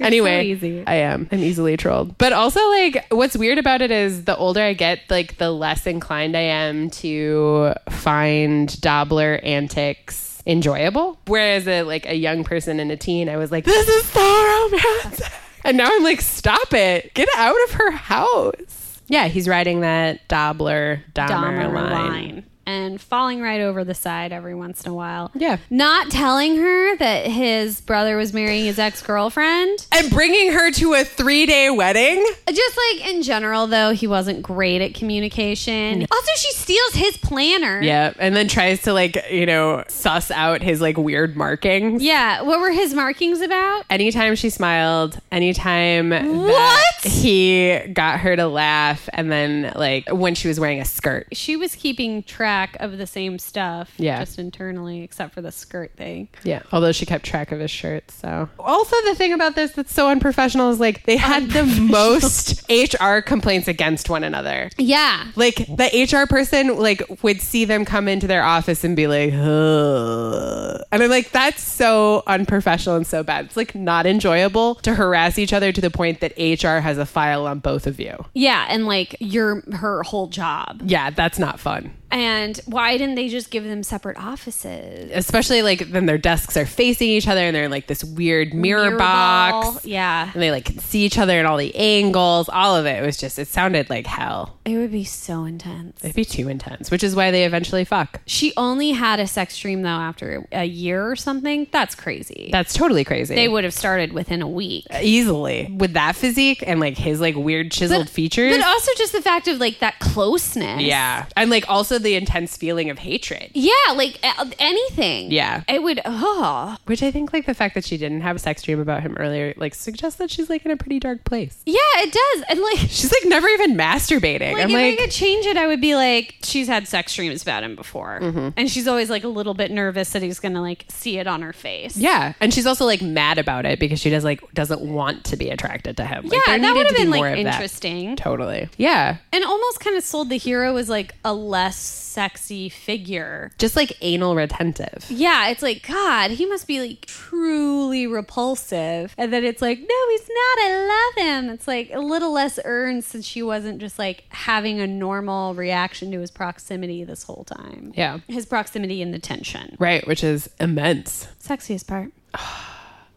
[SPEAKER 1] anyway,
[SPEAKER 2] so easy.
[SPEAKER 1] I am. I'm easily trolled. But also, like, what's weird about it is the older I get, like, the less inclined I am to find Dobbler antics enjoyable. Whereas, a, like, a young person and a teen, I was like, this is so romantic. And now I'm like, stop it. Get out of her house. Yeah, he's riding that Dobbler Dahmer,
[SPEAKER 2] Dahmer
[SPEAKER 1] line.
[SPEAKER 2] line and falling right over the side every once in a while.
[SPEAKER 1] Yeah.
[SPEAKER 2] Not telling her that his brother was marrying his ex girlfriend.
[SPEAKER 1] And bringing her to a three day wedding?
[SPEAKER 2] Just like in general, though, he wasn't great at communication. Also, she steals his planner.
[SPEAKER 1] Yeah, and then tries to like, you know, suss out his like weird markings.
[SPEAKER 2] Yeah. What were his markings about?
[SPEAKER 1] Anytime she smiled, anytime that
[SPEAKER 2] What?
[SPEAKER 1] he got her to laugh, and then like when she was wearing a skirt.
[SPEAKER 2] She was keeping track of the same stuff
[SPEAKER 1] Yeah.
[SPEAKER 2] just internally, except for the skirt thing.
[SPEAKER 1] Yeah. Although she kept track of his shirts, so. Also the thing about this that's so unprofessional is like they had the most HR complaints against one another.
[SPEAKER 2] Yeah.
[SPEAKER 1] Like the HR person like would see them come into their office and be like, Ugh. and I'm like, that's so unprofessional and so bad. It's like not enjoyable to harass each other to the point that HR has a file on both of you.
[SPEAKER 2] Yeah. And like, you're her whole job.
[SPEAKER 1] Yeah, that's not fun.
[SPEAKER 2] And why didn't they just give them separate offices?
[SPEAKER 1] Especially like then their desks are facing each other and they're in like this weird mirror,
[SPEAKER 2] Mirror
[SPEAKER 1] box.
[SPEAKER 2] ball. Yeah.
[SPEAKER 1] And they like can see each other in all the angles. All of it was just it sounded like hell.
[SPEAKER 2] It would be so intense.
[SPEAKER 1] It'd be too intense, which is why they eventually fuck.
[SPEAKER 2] She only had a sex dream though after a year or something. That's crazy.
[SPEAKER 1] That's totally crazy.
[SPEAKER 2] they would have started within a week.
[SPEAKER 1] easily with that physique and like his like weird chiseled features.
[SPEAKER 2] But also just the fact of like that closeness.
[SPEAKER 1] yeah, and like also also the intense feeling of hatred.
[SPEAKER 2] Yeah, like a- anything.
[SPEAKER 1] Yeah.
[SPEAKER 2] It would, oh.
[SPEAKER 1] Which I think, like, the fact that she didn't have a sex dream about him earlier, like, suggests that she's, like, in a pretty dark place.
[SPEAKER 2] Yeah, it does. And like,
[SPEAKER 1] She's, like, never even masturbating.
[SPEAKER 2] Like
[SPEAKER 1] I'm
[SPEAKER 2] if
[SPEAKER 1] like,
[SPEAKER 2] I could change it, I would be like, she's had sex dreams about him before,
[SPEAKER 1] Mm-hmm.
[SPEAKER 2] and she's always like a little bit nervous that he's gonna like see it on her face.
[SPEAKER 1] yeah. And she's also, like, mad about it because she does, like, doesn't want to be attracted to him. Like,
[SPEAKER 2] Yeah,
[SPEAKER 1] there
[SPEAKER 2] that
[SPEAKER 1] needed to
[SPEAKER 2] would have
[SPEAKER 1] be
[SPEAKER 2] been
[SPEAKER 1] more
[SPEAKER 2] like
[SPEAKER 1] of that.
[SPEAKER 2] interesting,
[SPEAKER 1] Totally. Yeah.
[SPEAKER 2] and almost kind of sold the hero as like a less sexy figure.
[SPEAKER 1] Just, like, anal retentive.
[SPEAKER 2] Yeah, it's like God, he must be like truly repulsive, and then it's like, no, he's not. I love him. It's like a little less earned since she wasn't just like having a normal reaction to his proximity this whole time.
[SPEAKER 1] Yeah.
[SPEAKER 2] his proximity and the tension.
[SPEAKER 1] Right. Which is immense.
[SPEAKER 2] Sexiest part.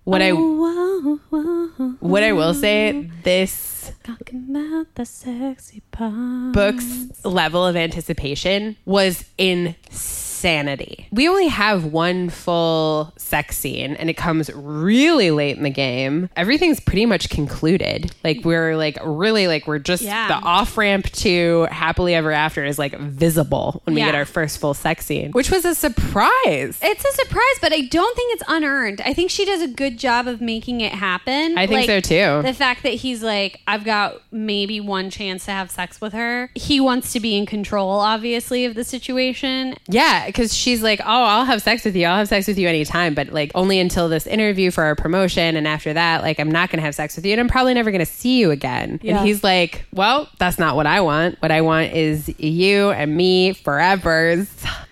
[SPEAKER 1] What I
[SPEAKER 2] Whoa, whoa, whoa.
[SPEAKER 1] what I will say, this
[SPEAKER 2] Talking about the sexy part.
[SPEAKER 1] book's level of anticipation was insanity. We only have one full sex scene and it comes really late in the game. Everything's pretty much concluded. Like we're like really like we're just
[SPEAKER 2] Yeah.
[SPEAKER 1] the off ramp to happily ever after is like visible when we
[SPEAKER 2] Yeah.
[SPEAKER 1] get our first full sex scene, which was a surprise.
[SPEAKER 2] It's a surprise, but I don't think it's unearned. I think she does a good job of making it happen.
[SPEAKER 1] I think so, too.
[SPEAKER 2] The fact that he's like, I've got maybe one chance to have sex with her. He wants to be in control, obviously, of the situation.
[SPEAKER 1] Yeah, because she's like, oh, I'll have sex with you. I'll have sex with you anytime, but like only until this interview for our promotion. And after that, like, I'm not going to have sex with you and I'm probably never going to see you again.
[SPEAKER 2] Yeah.
[SPEAKER 1] And he's like, well, that's not what I want. What I want is you and me forever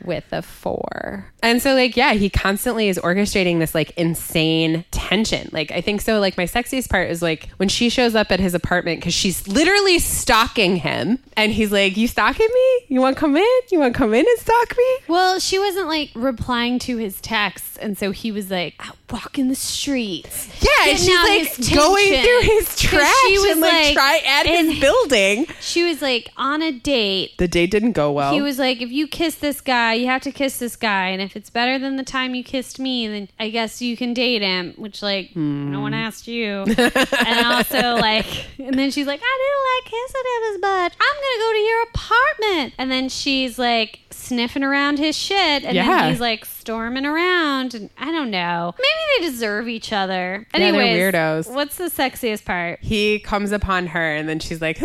[SPEAKER 1] with a four. And so, like, yeah, he constantly is orchestrating this like insane tension. Like, I think so. Like, my sexiest part is like when she shows up at his apartment because she's literally stalking him. And he's like, you stalking me? You want to come in? You want to come in and stalk me?
[SPEAKER 2] Well, she wasn't like replying to his texts, and so he was like out walking the streets.
[SPEAKER 1] Yeah, and
[SPEAKER 2] getting
[SPEAKER 1] she's
[SPEAKER 2] out
[SPEAKER 1] like
[SPEAKER 2] his
[SPEAKER 1] going
[SPEAKER 2] tension.
[SPEAKER 1] through his
[SPEAKER 2] 'Cause
[SPEAKER 1] trash
[SPEAKER 2] She was
[SPEAKER 1] and like, try at
[SPEAKER 2] and
[SPEAKER 1] his building.
[SPEAKER 2] She was like on a date,
[SPEAKER 1] The date didn't go well.
[SPEAKER 2] He was like, if you kiss this guy, you have to kiss this guy. And if it's better than the time you kissed me, then I guess you can date him, which, like, no
[SPEAKER 1] Hmm.
[SPEAKER 2] one asked you. and also, like, and then she's like, I didn't like kissing him as much. I'm going to go to your apartment. And then she's like sniffing around his shit. And
[SPEAKER 1] Yeah.
[SPEAKER 2] then he's like storming around. And I don't know. Maybe they deserve each other.
[SPEAKER 1] they're
[SPEAKER 2] Anyways,
[SPEAKER 1] weirdos.
[SPEAKER 2] What's the sexiest part?
[SPEAKER 1] he comes upon her and then she's like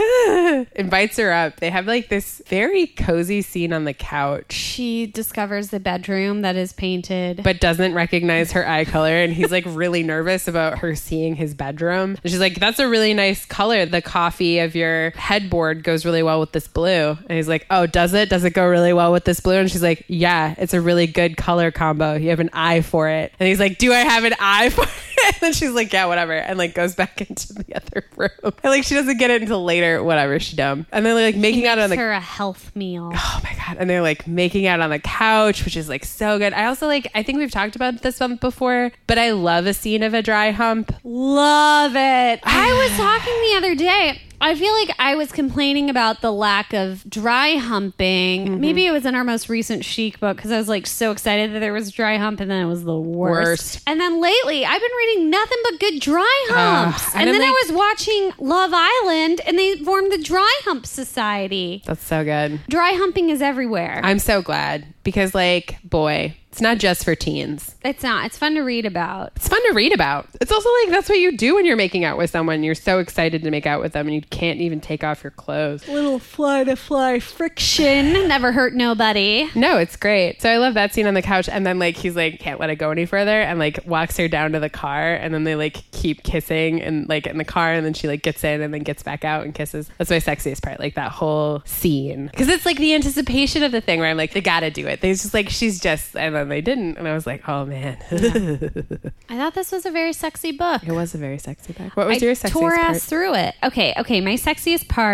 [SPEAKER 1] invites her up. They have like this very cozy scene on the couch.
[SPEAKER 2] She discovers the bedroom that is painted.
[SPEAKER 1] But doesn't recognize her eye color, and he's like really nervous about her seeing his bedroom. And she's like, "That's a really nice color. The coffee of your headboard goes really well with this blue." And he's like, "Oh, does it? Does it go really well with this blue?" And she's like, "Yeah, it's a really good color combo. You have an eye for it." And he's like, "Do I have an eye for it?" And then she's like, "Yeah, whatever," and like goes back into the other room. And like she doesn't get it until later. Whatever, she dumb. And they're like making out on the
[SPEAKER 2] Makes her a health meal.
[SPEAKER 1] oh my god and they're like making out on the couch which is like so good i also like i think we've talked about this one before but i love a scene of a dry hump
[SPEAKER 2] Love it. I was talking the other day. I feel like I was complaining about the lack of dry humping.
[SPEAKER 3] Mm-hmm.
[SPEAKER 2] Maybe it was in our most recent chic book because I was like so excited that there was dry hump and then it was the worst.
[SPEAKER 1] Worst.
[SPEAKER 2] And then lately I've been reading nothing but good dry humps.
[SPEAKER 1] and
[SPEAKER 2] and
[SPEAKER 1] I'm
[SPEAKER 2] then
[SPEAKER 1] like-
[SPEAKER 2] I was watching Love Island and they formed the Dry Hump Society.
[SPEAKER 1] that's so good
[SPEAKER 2] Dry humping is everywhere.
[SPEAKER 1] i'm so glad because like boy it's not just for teens
[SPEAKER 2] it's not. It's fun to read about.
[SPEAKER 1] it's fun to read about it's also like that's what you do when you're making out with someone you're so excited to make out with them and you can't even take off your clothes
[SPEAKER 3] Little fly to fly friction.
[SPEAKER 2] Never hurt nobody.
[SPEAKER 1] No, it's great. So I love that scene on the couch. And then, like, he's like, can't let it go any further. And, like, walks her down to the car. And then they, like, keep kissing and, like, in the car. And then she, like, gets in and then gets back out and kisses. That's my sexiest part. Like, that whole scene. Cause it's, like, the anticipation of the thing where I'm like, they gotta do it. They was just, like, she's just, and then they didn't. And I was like, oh, man.
[SPEAKER 2] I thought this was a very sexy book.
[SPEAKER 1] it was a very sexy back. What was
[SPEAKER 2] I
[SPEAKER 1] your sexiest
[SPEAKER 2] tore
[SPEAKER 1] part? Mm-hmm.
[SPEAKER 2] ass through it. Okay, okay. My sexiest part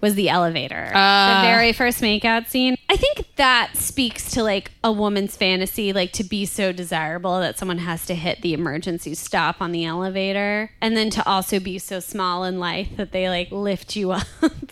[SPEAKER 2] was the elevator. the very first makeout scene. I think that speaks to like a woman's fantasy, like to be so desirable that someone has to hit the emergency stop on the elevator, and then to also be so small and lithe that they like lift you up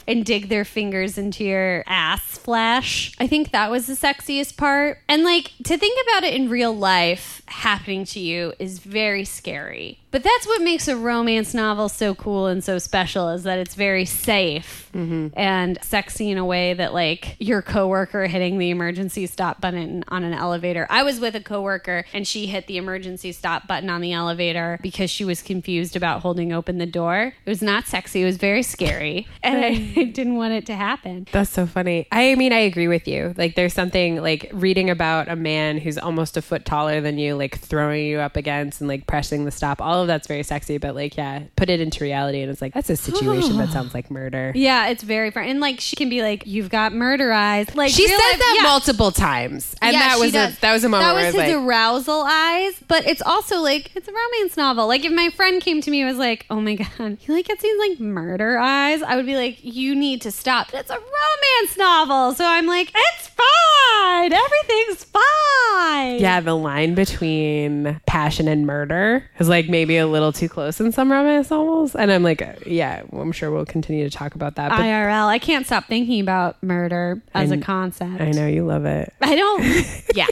[SPEAKER 2] and dig their fingers into your ass flash. I think that was the sexiest part, and like to think about it in real life happening to you is very scary. But that's what makes a romance novel so cool and so special is that it's very safe
[SPEAKER 1] Mm-hmm.
[SPEAKER 2] and sexy in a way that like your coworker hitting the emergency stop button on an elevator. I was with a coworker and she hit the emergency stop button on the elevator because she was confused about holding open the door. It was not sexy, it was very scary and I didn't want it to happen.
[SPEAKER 1] That's so funny. I mean, I agree with you. Like, there's something like reading about a man who's almost a foot taller than you, like throwing you up against and like pressing the stop. All of that's very sexy, but like, yeah, put it into reality and it's like, that's a situation that sounds like murder.
[SPEAKER 2] Yeah, it's very fun. And like she can be like, You've got murder eyes. Like
[SPEAKER 1] She
[SPEAKER 2] real
[SPEAKER 1] said
[SPEAKER 2] life-
[SPEAKER 1] that
[SPEAKER 2] yeah.
[SPEAKER 1] multiple times, and
[SPEAKER 2] Yeah,
[SPEAKER 1] that
[SPEAKER 2] she
[SPEAKER 1] was a,
[SPEAKER 2] does.
[SPEAKER 1] that was a moment
[SPEAKER 2] That
[SPEAKER 1] where
[SPEAKER 2] was
[SPEAKER 1] I was
[SPEAKER 2] his
[SPEAKER 1] like,
[SPEAKER 2] arousal eyes, but it's also like it's a romance novel. Like if my friend came to me and was like, "Oh my god, you like it seems like murder eyes," I would be like, "You need to stop." But it's a romance novel, so I'm like, "It's fine. Everything's fine."
[SPEAKER 1] yeah, the line between passion and murder is like maybe a little too close in some romance novels, and I'm like, yeah, well, I'm sure we'll continue to talk about that. But
[SPEAKER 2] IRL. I can't stop thinking about murder as a
[SPEAKER 1] kn-
[SPEAKER 2] concept.
[SPEAKER 1] I know you love it.
[SPEAKER 2] I don't. Yeah.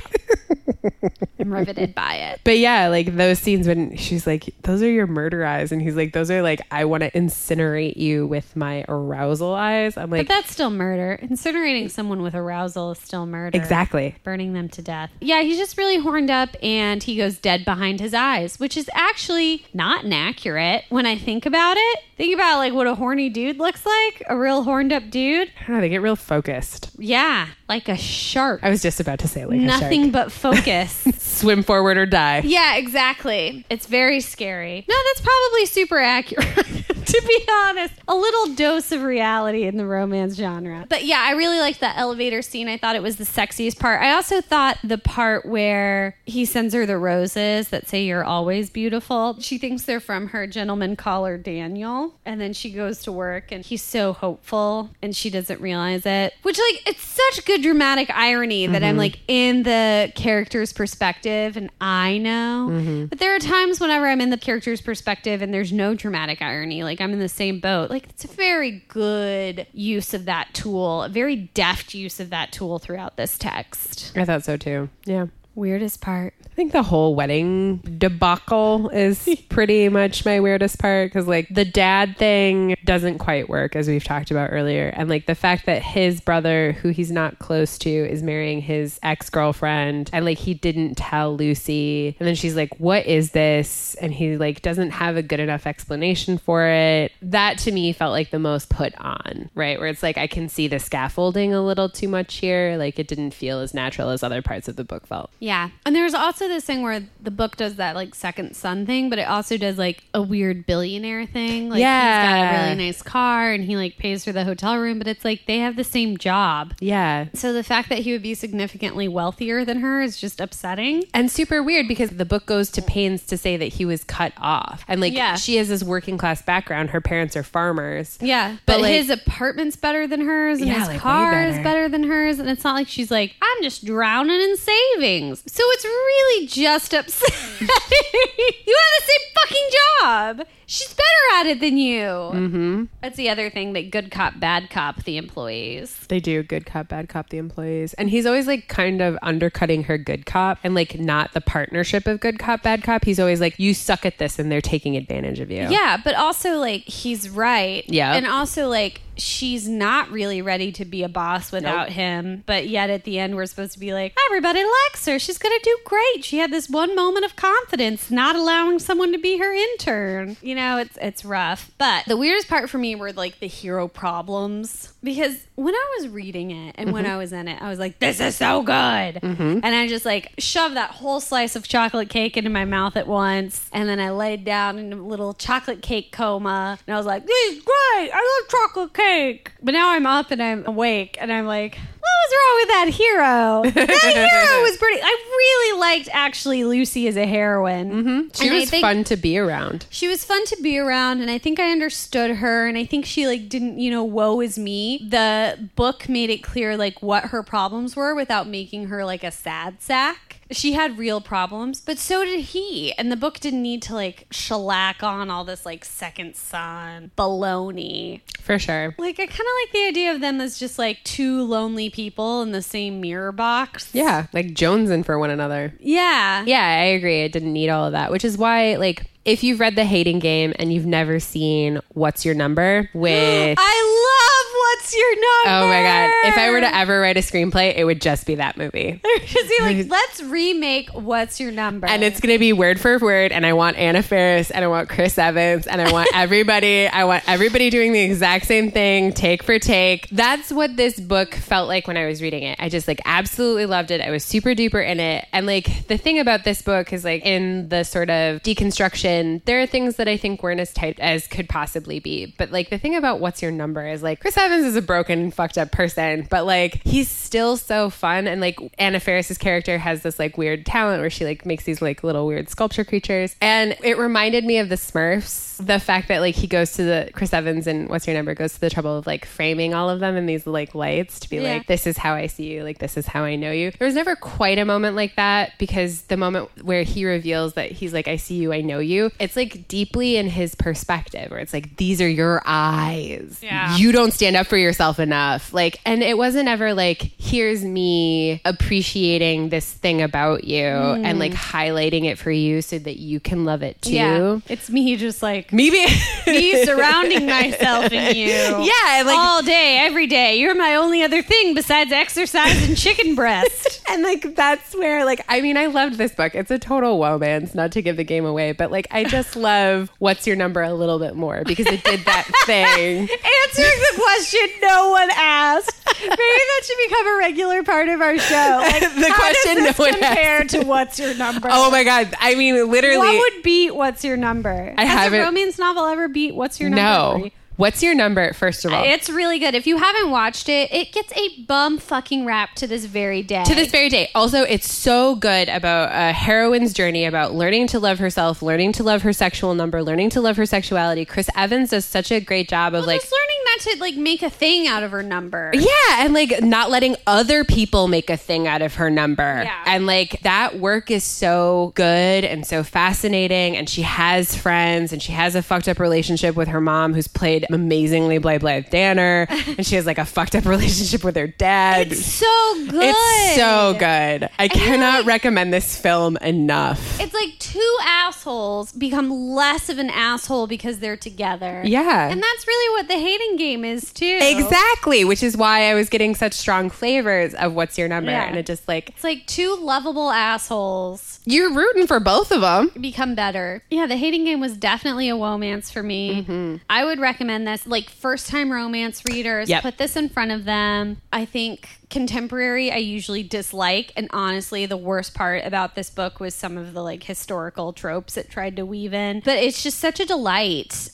[SPEAKER 2] I'm riveted by it.
[SPEAKER 1] But yeah, like those scenes when she's like, "Those are your murder eyes," and he's like, "Those are like I want to incinerate you with my arousal eyes." I'm
[SPEAKER 2] But
[SPEAKER 1] like,
[SPEAKER 2] that's still murder. Incinerating someone with arousal is still murder.
[SPEAKER 1] exactly.
[SPEAKER 2] burning them to death. Yeah, he's just really horned up and he goes dead behind his eyes, which is actually not inaccurate when I think about it. Think about like what a horny dude looks like, a real horned up dude.
[SPEAKER 1] I don't know, they get real focused.
[SPEAKER 2] Yeah, like a shark.
[SPEAKER 1] I was just about to say like
[SPEAKER 2] Nothing
[SPEAKER 1] a shark.
[SPEAKER 2] but focus.
[SPEAKER 1] swim forward or die.
[SPEAKER 2] yeah, exactly. It's very scary. No, that's probably super accurate. To be honest, a little dose of reality in the romance genre. But yeah, I really liked that elevator scene. I thought it was the sexiest part. I also thought the part where he sends her the roses that say you're always beautiful. She thinks they're from her gentleman caller Daniel, and then she goes to work and he's so hopeful and she doesn't realize it. Which like it's such good dramatic irony that I'm like in the character's perspective and I know. But there are times whenever I'm in the character's perspective and there's no dramatic irony. Like I'm in the same boat. Like it's a very good use of that tool, a very deft use of that tool throughout this text.
[SPEAKER 1] I thought so too. Yeah.
[SPEAKER 2] Weirdest part.
[SPEAKER 1] I think the whole wedding debacle is pretty much my weirdest part because, like, the dad thing doesn't quite work, as we've talked about earlier. And, like, the fact that his brother, who he's not close to, is marrying his ex girlfriend, and, like, he didn't tell Lucy. And then she's like, What is this? And he, like, doesn't have a good enough explanation for it. That to me felt like the most put on, right? Where it's like, I can see the scaffolding a little too much here. Like, it didn't feel as natural as other parts of the book felt.
[SPEAKER 2] Yeah. And there's also this thing where the book does that like second son thing, but it also does like a weird billionaire thing. Like he's got
[SPEAKER 1] Yeah.
[SPEAKER 2] a really nice car and he like pays for the hotel room, but it's like they have the same job.
[SPEAKER 1] Yeah.
[SPEAKER 2] So the fact that he would be significantly wealthier than her is just upsetting.
[SPEAKER 1] and super weird because the book goes to pains to say that he was cut off and like
[SPEAKER 2] Yeah.
[SPEAKER 1] she has this working class background her parents are farmers
[SPEAKER 2] Yeah,
[SPEAKER 1] But,
[SPEAKER 2] but,
[SPEAKER 1] like-
[SPEAKER 2] his apartment's better than hers, and
[SPEAKER 1] Yeah,
[SPEAKER 2] his
[SPEAKER 1] like, way
[SPEAKER 2] car is
[SPEAKER 1] better.
[SPEAKER 2] better than hers, and it's not like she's like, I'm just drowning in savings. So it's really just upsetting. you have the same fucking job. She's better at it than you. Mm-hmm. That's the other thing that good cop, bad cop, the employees.
[SPEAKER 1] they do good cop bad cop the employees and he's always like kind of undercutting her good cop and like not the partnership of good cop bad cop he's always like you suck at this and they're taking advantage of you
[SPEAKER 2] Yeah, but also like he's right.
[SPEAKER 1] Yeah.
[SPEAKER 2] and also like she's not really ready to be a boss without him. But yet at the end, we're supposed to be like, everybody likes her. She's going to do great. She had this one moment of confidence, not allowing someone to be her intern. You know, it's it's rough. But the weirdest part for me were like the hero problems because when I was reading it and when I was in it, I was like, this is so good,
[SPEAKER 1] Mm-hmm.
[SPEAKER 2] and I just like shoved that whole slice of chocolate cake into my mouth at once, and then I laid down in a little chocolate cake coma, and I was like, this is great. I love chocolate cake. But now I'm up and I'm awake, and I'm like, what was wrong with that hero? That hero was pretty. I really liked actually Lucy as a heroine. Mm-hmm.
[SPEAKER 1] she was fun to be around
[SPEAKER 2] She was fun to be around, and I think I understood her. And I think she like didn't, you know, woe is me. The book made it clear like what her problems were without making her like a sad sack. she had real problems, but so did he. And the book didn't need to like shellac on all this like second son baloney.
[SPEAKER 1] For sure.
[SPEAKER 2] Like I kind of like the idea of them as just like two lonely people in the same mirror box.
[SPEAKER 1] Yeah. Like jonesing for one another.
[SPEAKER 2] Yeah.
[SPEAKER 1] Yeah, I agree. It didn't need all of that, which is why, like, if you've read The Hating Game and you've never seen What's Your Number with.
[SPEAKER 2] I love what's your number.
[SPEAKER 1] Oh my God. If I were to ever write a screenplay, it would just be that movie.
[SPEAKER 2] Just be like, let's remake What's Your Number.
[SPEAKER 1] And it's going to be word for word. And I want Anna Faris and I want Chris Evans and I want everybody. I want everybody doing the exact same thing, take for take. That's what this book felt like when I was reading it. I just like absolutely loved it. I was super duper in it. And like the thing about this book is like in the sort of deconstruction, there are things that I think weren't as tight as could possibly be. But like the thing about What's Your Number is like Chris Evans is a broken, fucked up person, but like he's still so fun. And like Anna Faris's character has this like weird talent where she like makes these like little weird sculpture creatures. And it reminded me of the Smurfs. The fact that like he goes to the Chris Evans and What's Your Number goes to the trouble of like framing all of them in these like lights to be
[SPEAKER 2] Yeah.
[SPEAKER 1] like, this is how I see you, like this is how I know you. There was never quite a moment like that because the moment where he reveals that he's like, I see you, I know you, it's like deeply in his perspective where it's like, these are your eyes.
[SPEAKER 2] Yeah.
[SPEAKER 1] You don't stand up for yourself enough. Like, and it wasn't ever like, here's me appreciating this thing about you
[SPEAKER 2] Mm.
[SPEAKER 1] and like highlighting it for you so that you can love it too.
[SPEAKER 2] yeah, it's me just like
[SPEAKER 1] Maybe
[SPEAKER 2] me surrounding myself in you.
[SPEAKER 1] Yeah, like-
[SPEAKER 2] all day, every day. You're my only other thing besides exercise and chicken breast.
[SPEAKER 1] and like that's where like I mean I loved this book. It's a total romance, not to give the game away, but like I just love what's your number a little bit more because it did that thing.
[SPEAKER 2] Answering the question no one asked. Maybe that should become a regular part of our show. Like,
[SPEAKER 1] the
[SPEAKER 2] how does
[SPEAKER 1] question no
[SPEAKER 2] this
[SPEAKER 1] one
[SPEAKER 2] compare
[SPEAKER 1] asked.
[SPEAKER 2] to what's your number?
[SPEAKER 1] Oh my god! I mean, literally,
[SPEAKER 2] what would beat what's your number?
[SPEAKER 1] I
[SPEAKER 2] Has
[SPEAKER 1] haven't-
[SPEAKER 2] a romance novel ever beat what's your number? for
[SPEAKER 1] no.
[SPEAKER 2] you?
[SPEAKER 1] What's your number? First of all,
[SPEAKER 2] It's really good. If you haven't watched it, it gets a bum fucking rap to this very day.
[SPEAKER 1] to this very day. Also, it's so good about a heroine's journey about learning to love herself, learning to love her sexual number, learning to love her sexuality. Chris Evans does such a great job of like
[SPEAKER 2] just learning not to like make a thing out of her number.
[SPEAKER 1] Yeah, and like not letting other people make a thing out of her number.
[SPEAKER 2] Yeah.
[SPEAKER 1] And like that work is so good and so fascinating. And she has friends and she has a fucked up relationship with her mom who's played amazingly by Blythe Danner. and she has like a fucked up relationship with her dad.
[SPEAKER 2] It's so good.
[SPEAKER 1] It's so good. I cannot recommend this film enough.
[SPEAKER 2] It's like two assholes become less of an asshole because they're together.
[SPEAKER 1] Yeah.
[SPEAKER 2] And that's really what the hating game is too.
[SPEAKER 1] Exactly, which is why I was getting such strong flavors of what's your number.
[SPEAKER 2] Yeah.
[SPEAKER 1] And it just like,
[SPEAKER 2] It's like two lovable assholes
[SPEAKER 1] you're rooting for both of them.
[SPEAKER 2] become better. Yeah, the hating game was definitely a romance for me.
[SPEAKER 1] Mm-hmm.
[SPEAKER 2] I would recommend this. Like first time romance readers,
[SPEAKER 1] Yep.
[SPEAKER 2] put this in front of them. I think contemporary I usually dislike. And honestly, the worst part about this book was some of the like historical tropes it tried to weave in. But it's just such a delight.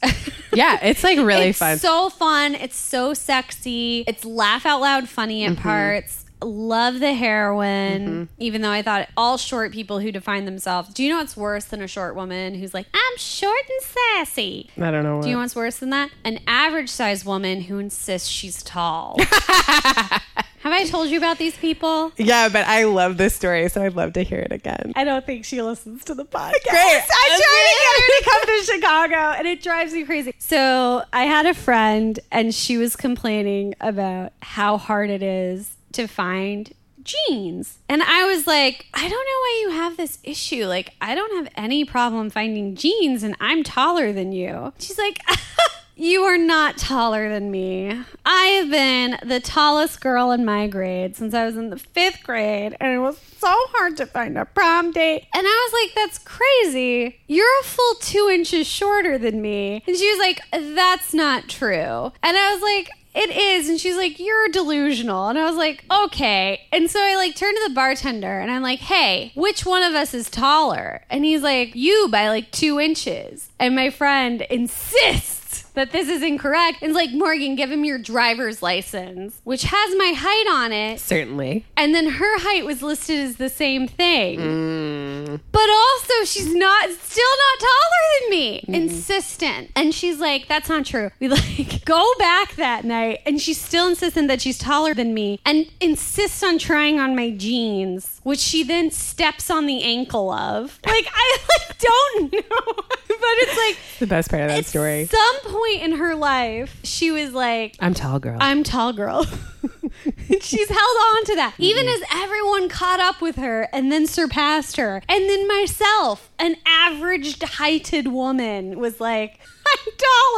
[SPEAKER 1] Yeah, it's like really
[SPEAKER 2] it's
[SPEAKER 1] fun.
[SPEAKER 2] so fun. It's so sexy. It's laugh out loud funny
[SPEAKER 1] Mm-hmm.
[SPEAKER 2] in parts. Love the heroine, even though I thought all short people who define themselves. Do you know what's worse than a short woman who's like, I'm short and sassy?
[SPEAKER 1] I don't know. What.
[SPEAKER 2] Do you know what's worse than that? An average sized woman who insists she's tall. Have I told you about these people?
[SPEAKER 1] Yeah, but I love this story, so I'd love to hear it again.
[SPEAKER 2] I don't think she listens to the podcast.
[SPEAKER 1] Great.
[SPEAKER 2] I'm trying to get her to come to Chicago, and it drives me crazy. So I had a friend, and she was complaining about how hard it is to find jeans. And I was like, I don't know why you have this issue. Like, I don't have any problem finding jeans, and I'm taller than you. She's like, You are not taller than me. I have been the tallest girl in my grade since I was in the fifth grade, and it was so hard to find a prom date. And I was like, that's crazy. You're a full two inches shorter than me. And she was like, that's not true. And I was like, it is. And she's like, you're delusional. And I was like, okay. And so I like turned to the bartender and I'm like, hey, which one of us is taller? And he's like, you by like two inches. And my friend insists that this is incorrect. And is like, Morgan, give him your driver's license, which has my height on it.
[SPEAKER 1] Certainly.
[SPEAKER 2] And then her height was listed as the same thing. But also, she's not still not taller than me. Insistent. And she's like, that's not true. We like go back that night and she's still insistent that she's taller than me and insists on trying on my jeans, which she then steps on the ankle of. Like I like don't know. but it's like
[SPEAKER 1] The best part of that story.
[SPEAKER 2] some point in her life, she was like,
[SPEAKER 1] I'm tall girl.
[SPEAKER 2] I'm tall girl. She's held on to that. Even as everyone caught up with her and then surpassed her. And then myself, an average heighted woman, was like, I'm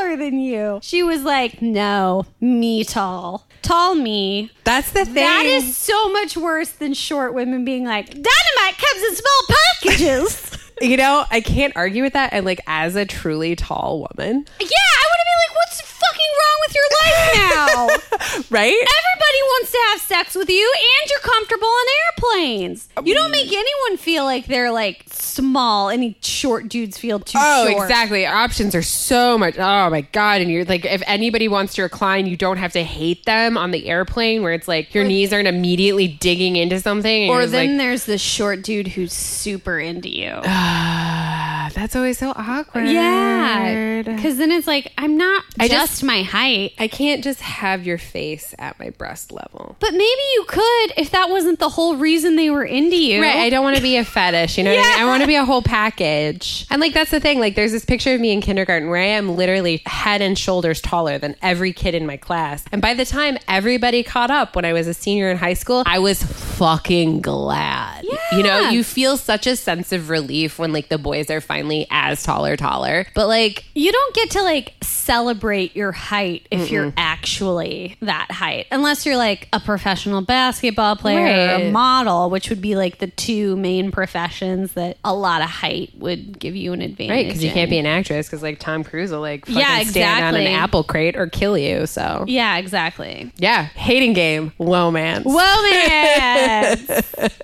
[SPEAKER 2] taller than you. She was like, No, me tall. Tall me.
[SPEAKER 1] That's the thing.
[SPEAKER 2] That is so much worse than short women being like, Dynamite comes in small packages.
[SPEAKER 1] you know, I can't argue with that. And like, as a truly tall woman,
[SPEAKER 2] yeah, I would have been like, What's fucking wrong with your life now?
[SPEAKER 1] right?
[SPEAKER 2] Everybody wants to have sex with you, and you're comfortable on airplanes.
[SPEAKER 1] Uh,
[SPEAKER 2] You don't make anyone feel like they're like small. Any short dudes feel too
[SPEAKER 1] Oh,
[SPEAKER 2] short.
[SPEAKER 1] exactly. Our options are so much. Oh my god! And you're like, if anybody wants to recline, you don't have to hate them on the airplane, where it's like your knees aren't immediately digging into something. And
[SPEAKER 2] Or
[SPEAKER 1] you're
[SPEAKER 2] then
[SPEAKER 1] like,
[SPEAKER 2] there's the short dude who's super into you.
[SPEAKER 1] "Ah, that's always so awkward.
[SPEAKER 2] yeah, because then it's like I'm not
[SPEAKER 1] I
[SPEAKER 2] just,
[SPEAKER 1] just-
[SPEAKER 2] my height.
[SPEAKER 1] I can't just have your face at my breast level.
[SPEAKER 2] But maybe you could if that wasn't the whole reason they were into you.
[SPEAKER 1] Right. I don't want to be a fetish. You know what I mean? I want to be a whole package. And like, that's the thing. Like, there's this picture of me in kindergarten where I am literally head and shoulders taller than every kid in my class. And by the time everybody caught up when I was a senior in high school, I was fucking glad. You know,
[SPEAKER 2] Yeah.
[SPEAKER 1] you feel such a sense of relief when like the boys are finally as taller, taller. But like,
[SPEAKER 2] You don't get to like celebrate your height if you're actually that height, unless you're like a professional basketball player or a
[SPEAKER 1] Right.
[SPEAKER 2] model, which would be like the two main professions that a lot of height would give you an advantage.
[SPEAKER 1] right. Cause you
[SPEAKER 2] in.
[SPEAKER 1] can't be an actress. Cause like Tom Cruise will like fucking
[SPEAKER 2] Yeah,
[SPEAKER 1] stand on an
[SPEAKER 2] exactly.
[SPEAKER 1] apple crate or kill you. So
[SPEAKER 2] Yeah, exactly.
[SPEAKER 1] yeah, hating game, romance.
[SPEAKER 2] Romance.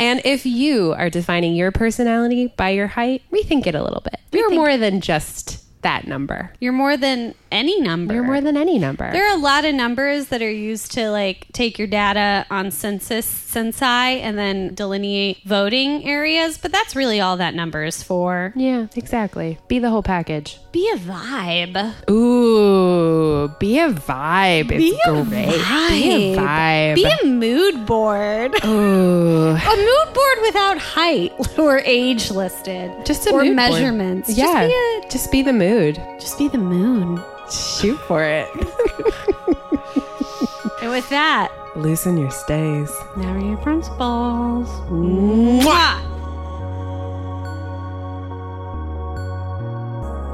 [SPEAKER 1] And if you are defining your personality by your height, rethink it a little bit. You're more than just that number.
[SPEAKER 2] you're more than any number.
[SPEAKER 1] You're more than any number.
[SPEAKER 2] There are a lot of numbers that are used to like take your data on census censi and then delineate voting areas, but that's really all that number is for.
[SPEAKER 1] yeah, exactly. Be the whole package.
[SPEAKER 2] Be a vibe.
[SPEAKER 1] Ooh, be a vibe. It's
[SPEAKER 2] Be a
[SPEAKER 1] great. Be a vibe.
[SPEAKER 2] Be a mood board.
[SPEAKER 1] Ooh,
[SPEAKER 2] a mood board without height or age listed.
[SPEAKER 1] just a mood
[SPEAKER 2] or
[SPEAKER 1] board.
[SPEAKER 2] measurements.
[SPEAKER 1] Yeah,
[SPEAKER 2] Just be,
[SPEAKER 1] a- just be the mood.
[SPEAKER 2] a, just be the moon.
[SPEAKER 1] Shoot for it.
[SPEAKER 2] And with that,
[SPEAKER 1] Loosen your stays.
[SPEAKER 2] now are your principles.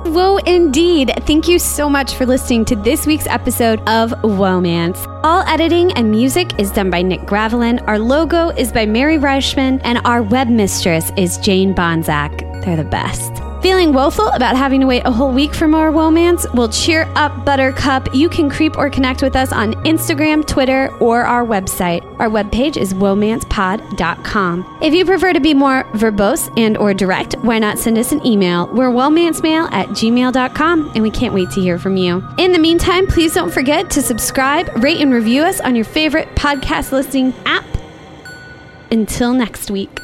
[SPEAKER 2] Whoa, indeed. Thank you so much for listening to this week's episode of Womance. All editing and music is done by Nick Gravelin. Our logo is by Mary Reichman, and our web mistress is Jane Bonzak. They're the best. Feeling woeful about having to wait a whole week for more Womance? Well, cheer up, Buttercup. You can creep or connect with us on Instagram, Twitter, or our website. Our webpage is womancepod.com. If you prefer to be more verbose and or direct, why not send us an email? We're womancemail at gmail.com, and we can't wait to hear from you. In the meantime, please don't forget to subscribe, rate, and review us on your favorite podcast listening app. Until next week.